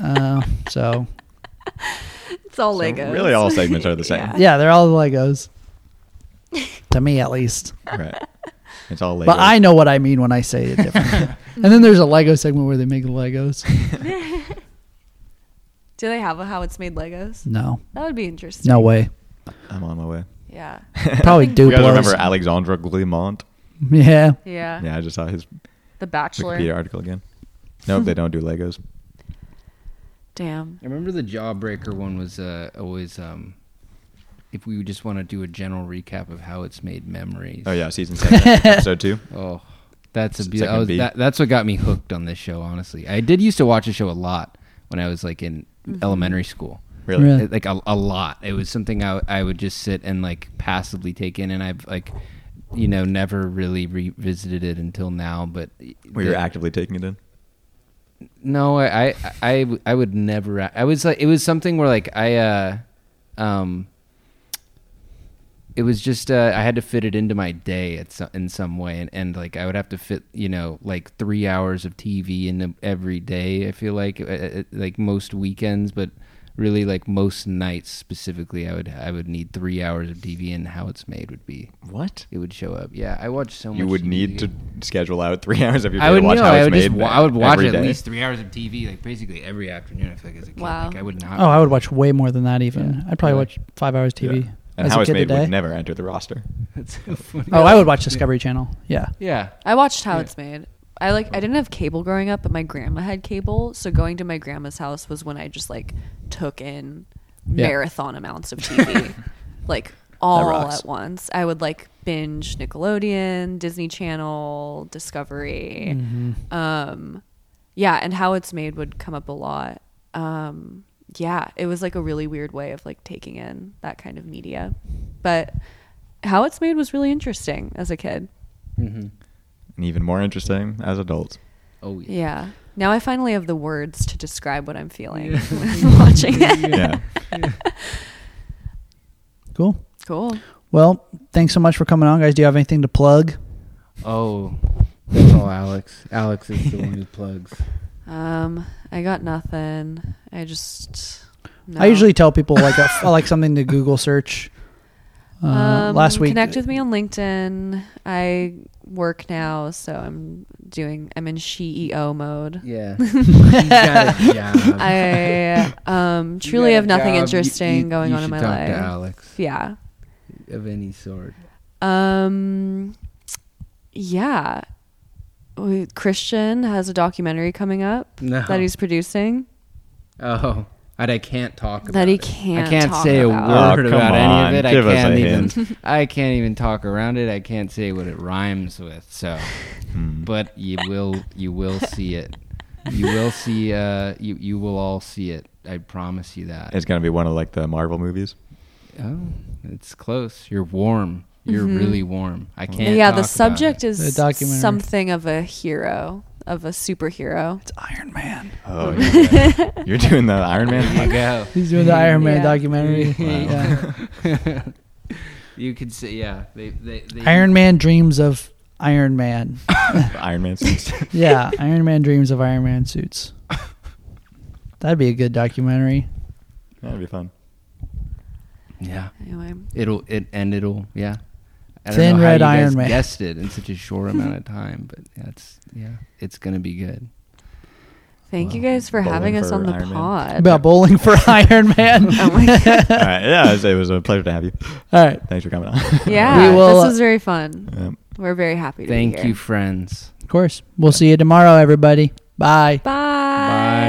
uh, so It's all So Legos. Really, all [laughs] segments are the same. Yeah. yeah, they're all Legos to me at least. Right. It's all Legos. But I know what I mean when I say it [laughs] differently. and then there's a Lego segment where they make Legos. Do they have a how it's made Legos? No, That would be interesting. no way. I'm on my way. Yeah. Probably You Duplos. You guys remember Alexandra Glimont? yeah. Yeah. [laughs] Yeah, I just saw his The Bachelor. Wikipedia article again. Nope, they don't do Legos. Damn. I remember the Jawbreaker one was uh, always. Um, if we just want to do a general recap of how it's made memories. Oh yeah, [laughs] season seven, episode two. Oh, that's a S- be- second I was, B. that, that's what got me hooked on this show. Honestly, I did used to watch the show a lot when I was like in elementary school. Really? Really? Yeah. It- like a, a lot. It was something I I would just sit and like passively take in, and I've like, you know, never really revisited it until now. But Where you're the- actively taking it in. no, I, I, I, I would never. I was like, it was something where like I, uh, um, it was just uh, I had to fit it into my day at some, in some way, and, and like I would have to fit, you know, like three hours of TV into every day. I feel like uh, uh, like most weekends, but really like most nights specifically, I would I would need three hours of TV, and how it's made would be What? it would show up. Yeah, I watched so much. You would TV need to schedule out three [laughs] hours of your day I would to watch know. how I it's would made. just. Wa- I would watch every at day. least three hours of TV, like basically every afternoon. I feel like as a kid, Wow. like I would not. Oh, I would watch way more than that. Even I'd probably Really? watch five hours TV. Yeah. And as how a it's kid made today. would never enter the roster. That's [laughs] [laughs] so funny. Oh, I would watch Discovery Channel. Yeah. Yeah. I watched How Yeah. It's Made. I like I didn't have cable growing up, but my grandma had cable, so going to my grandma's house was when I just like took in Yeah. marathon amounts of TV. like all rocks. at once. I would like binge Nickelodeon, Disney Channel, Discovery. Um yeah, and How It's Made would come up a lot. Um yeah, it was like a really weird way of like taking in that kind of media. But How It's Made was really interesting as a kid. And even more interesting as [laughs] adults. Mm-hmm. Oh yeah. Yeah. Now I finally have the words to describe what I'm feeling [laughs] when I'm watching [laughs] it. Yeah. Cool. Cool. Well, thanks so much for coming on, guys. Do you have anything to plug? Oh, that's all Alex. Alex is the one who plugs. Um, I got nothing. I just. No. I usually tell people [laughs] like a, like something to Google search. Uh, Um, last week, uh, Connect with me on LinkedIn. I work now, so I'm doing. I'm in CEO mode. [laughs] Yeah. [laughs] He's [laughs] got a job. I [laughs] um You truly got a have nothing job. You- interesting you- going you on in should my talk life. To Alex Yeah. of any sort. Um, yeah. We- Christian has a documentary coming up No. that he's producing. Oh. That I can't talk about That he it. can't I can't talk say about. a word Oh, come about on, any of it. give I us a can't even. [laughs] I can't even talk around it. I can't say what it rhymes with. So, Hmm. but you will. You will see it. You will see. Uh, you you will all see it. I promise you that. It's gonna be one of like the Marvel movies. oh, it's close. You're warm. You're really warm. I can't. Mm-hmm. Yeah, talk about the it. subject is The documentary. something of a hero, of a superhero. it's Iron Man. Oh, [laughs] yeah. you're doing the Iron There Man. you go. He's doing the Iron Man Yeah. documentary. [laughs] [laughs] Yeah. [laughs] you could say yeah. They, they, they Iron Man dreams of Iron Man. [laughs] Iron Man suits. Yeah, Iron Man dreams of Iron Man suits. That'd be a good documentary. That'd be fun. Yeah. Anyway, It'll it and it'll yeah. I don't Thin know how Red you Iron guys Man. Guessed it in such a short amount of time, but that's yeah, it's gonna be good. thank you guys for Bowling having us for on the Iron Man. pod. About bowling [laughs] for Iron Man. Oh my god! All right. Yeah, it was, it was a pleasure to have you. [laughs] All right. Thanks for coming on. Yeah, [laughs] We will- this was very fun. Um, We're very happy to be Thank here. you, friends. Of course. We'll see you tomorrow, everybody. Bye. Bye.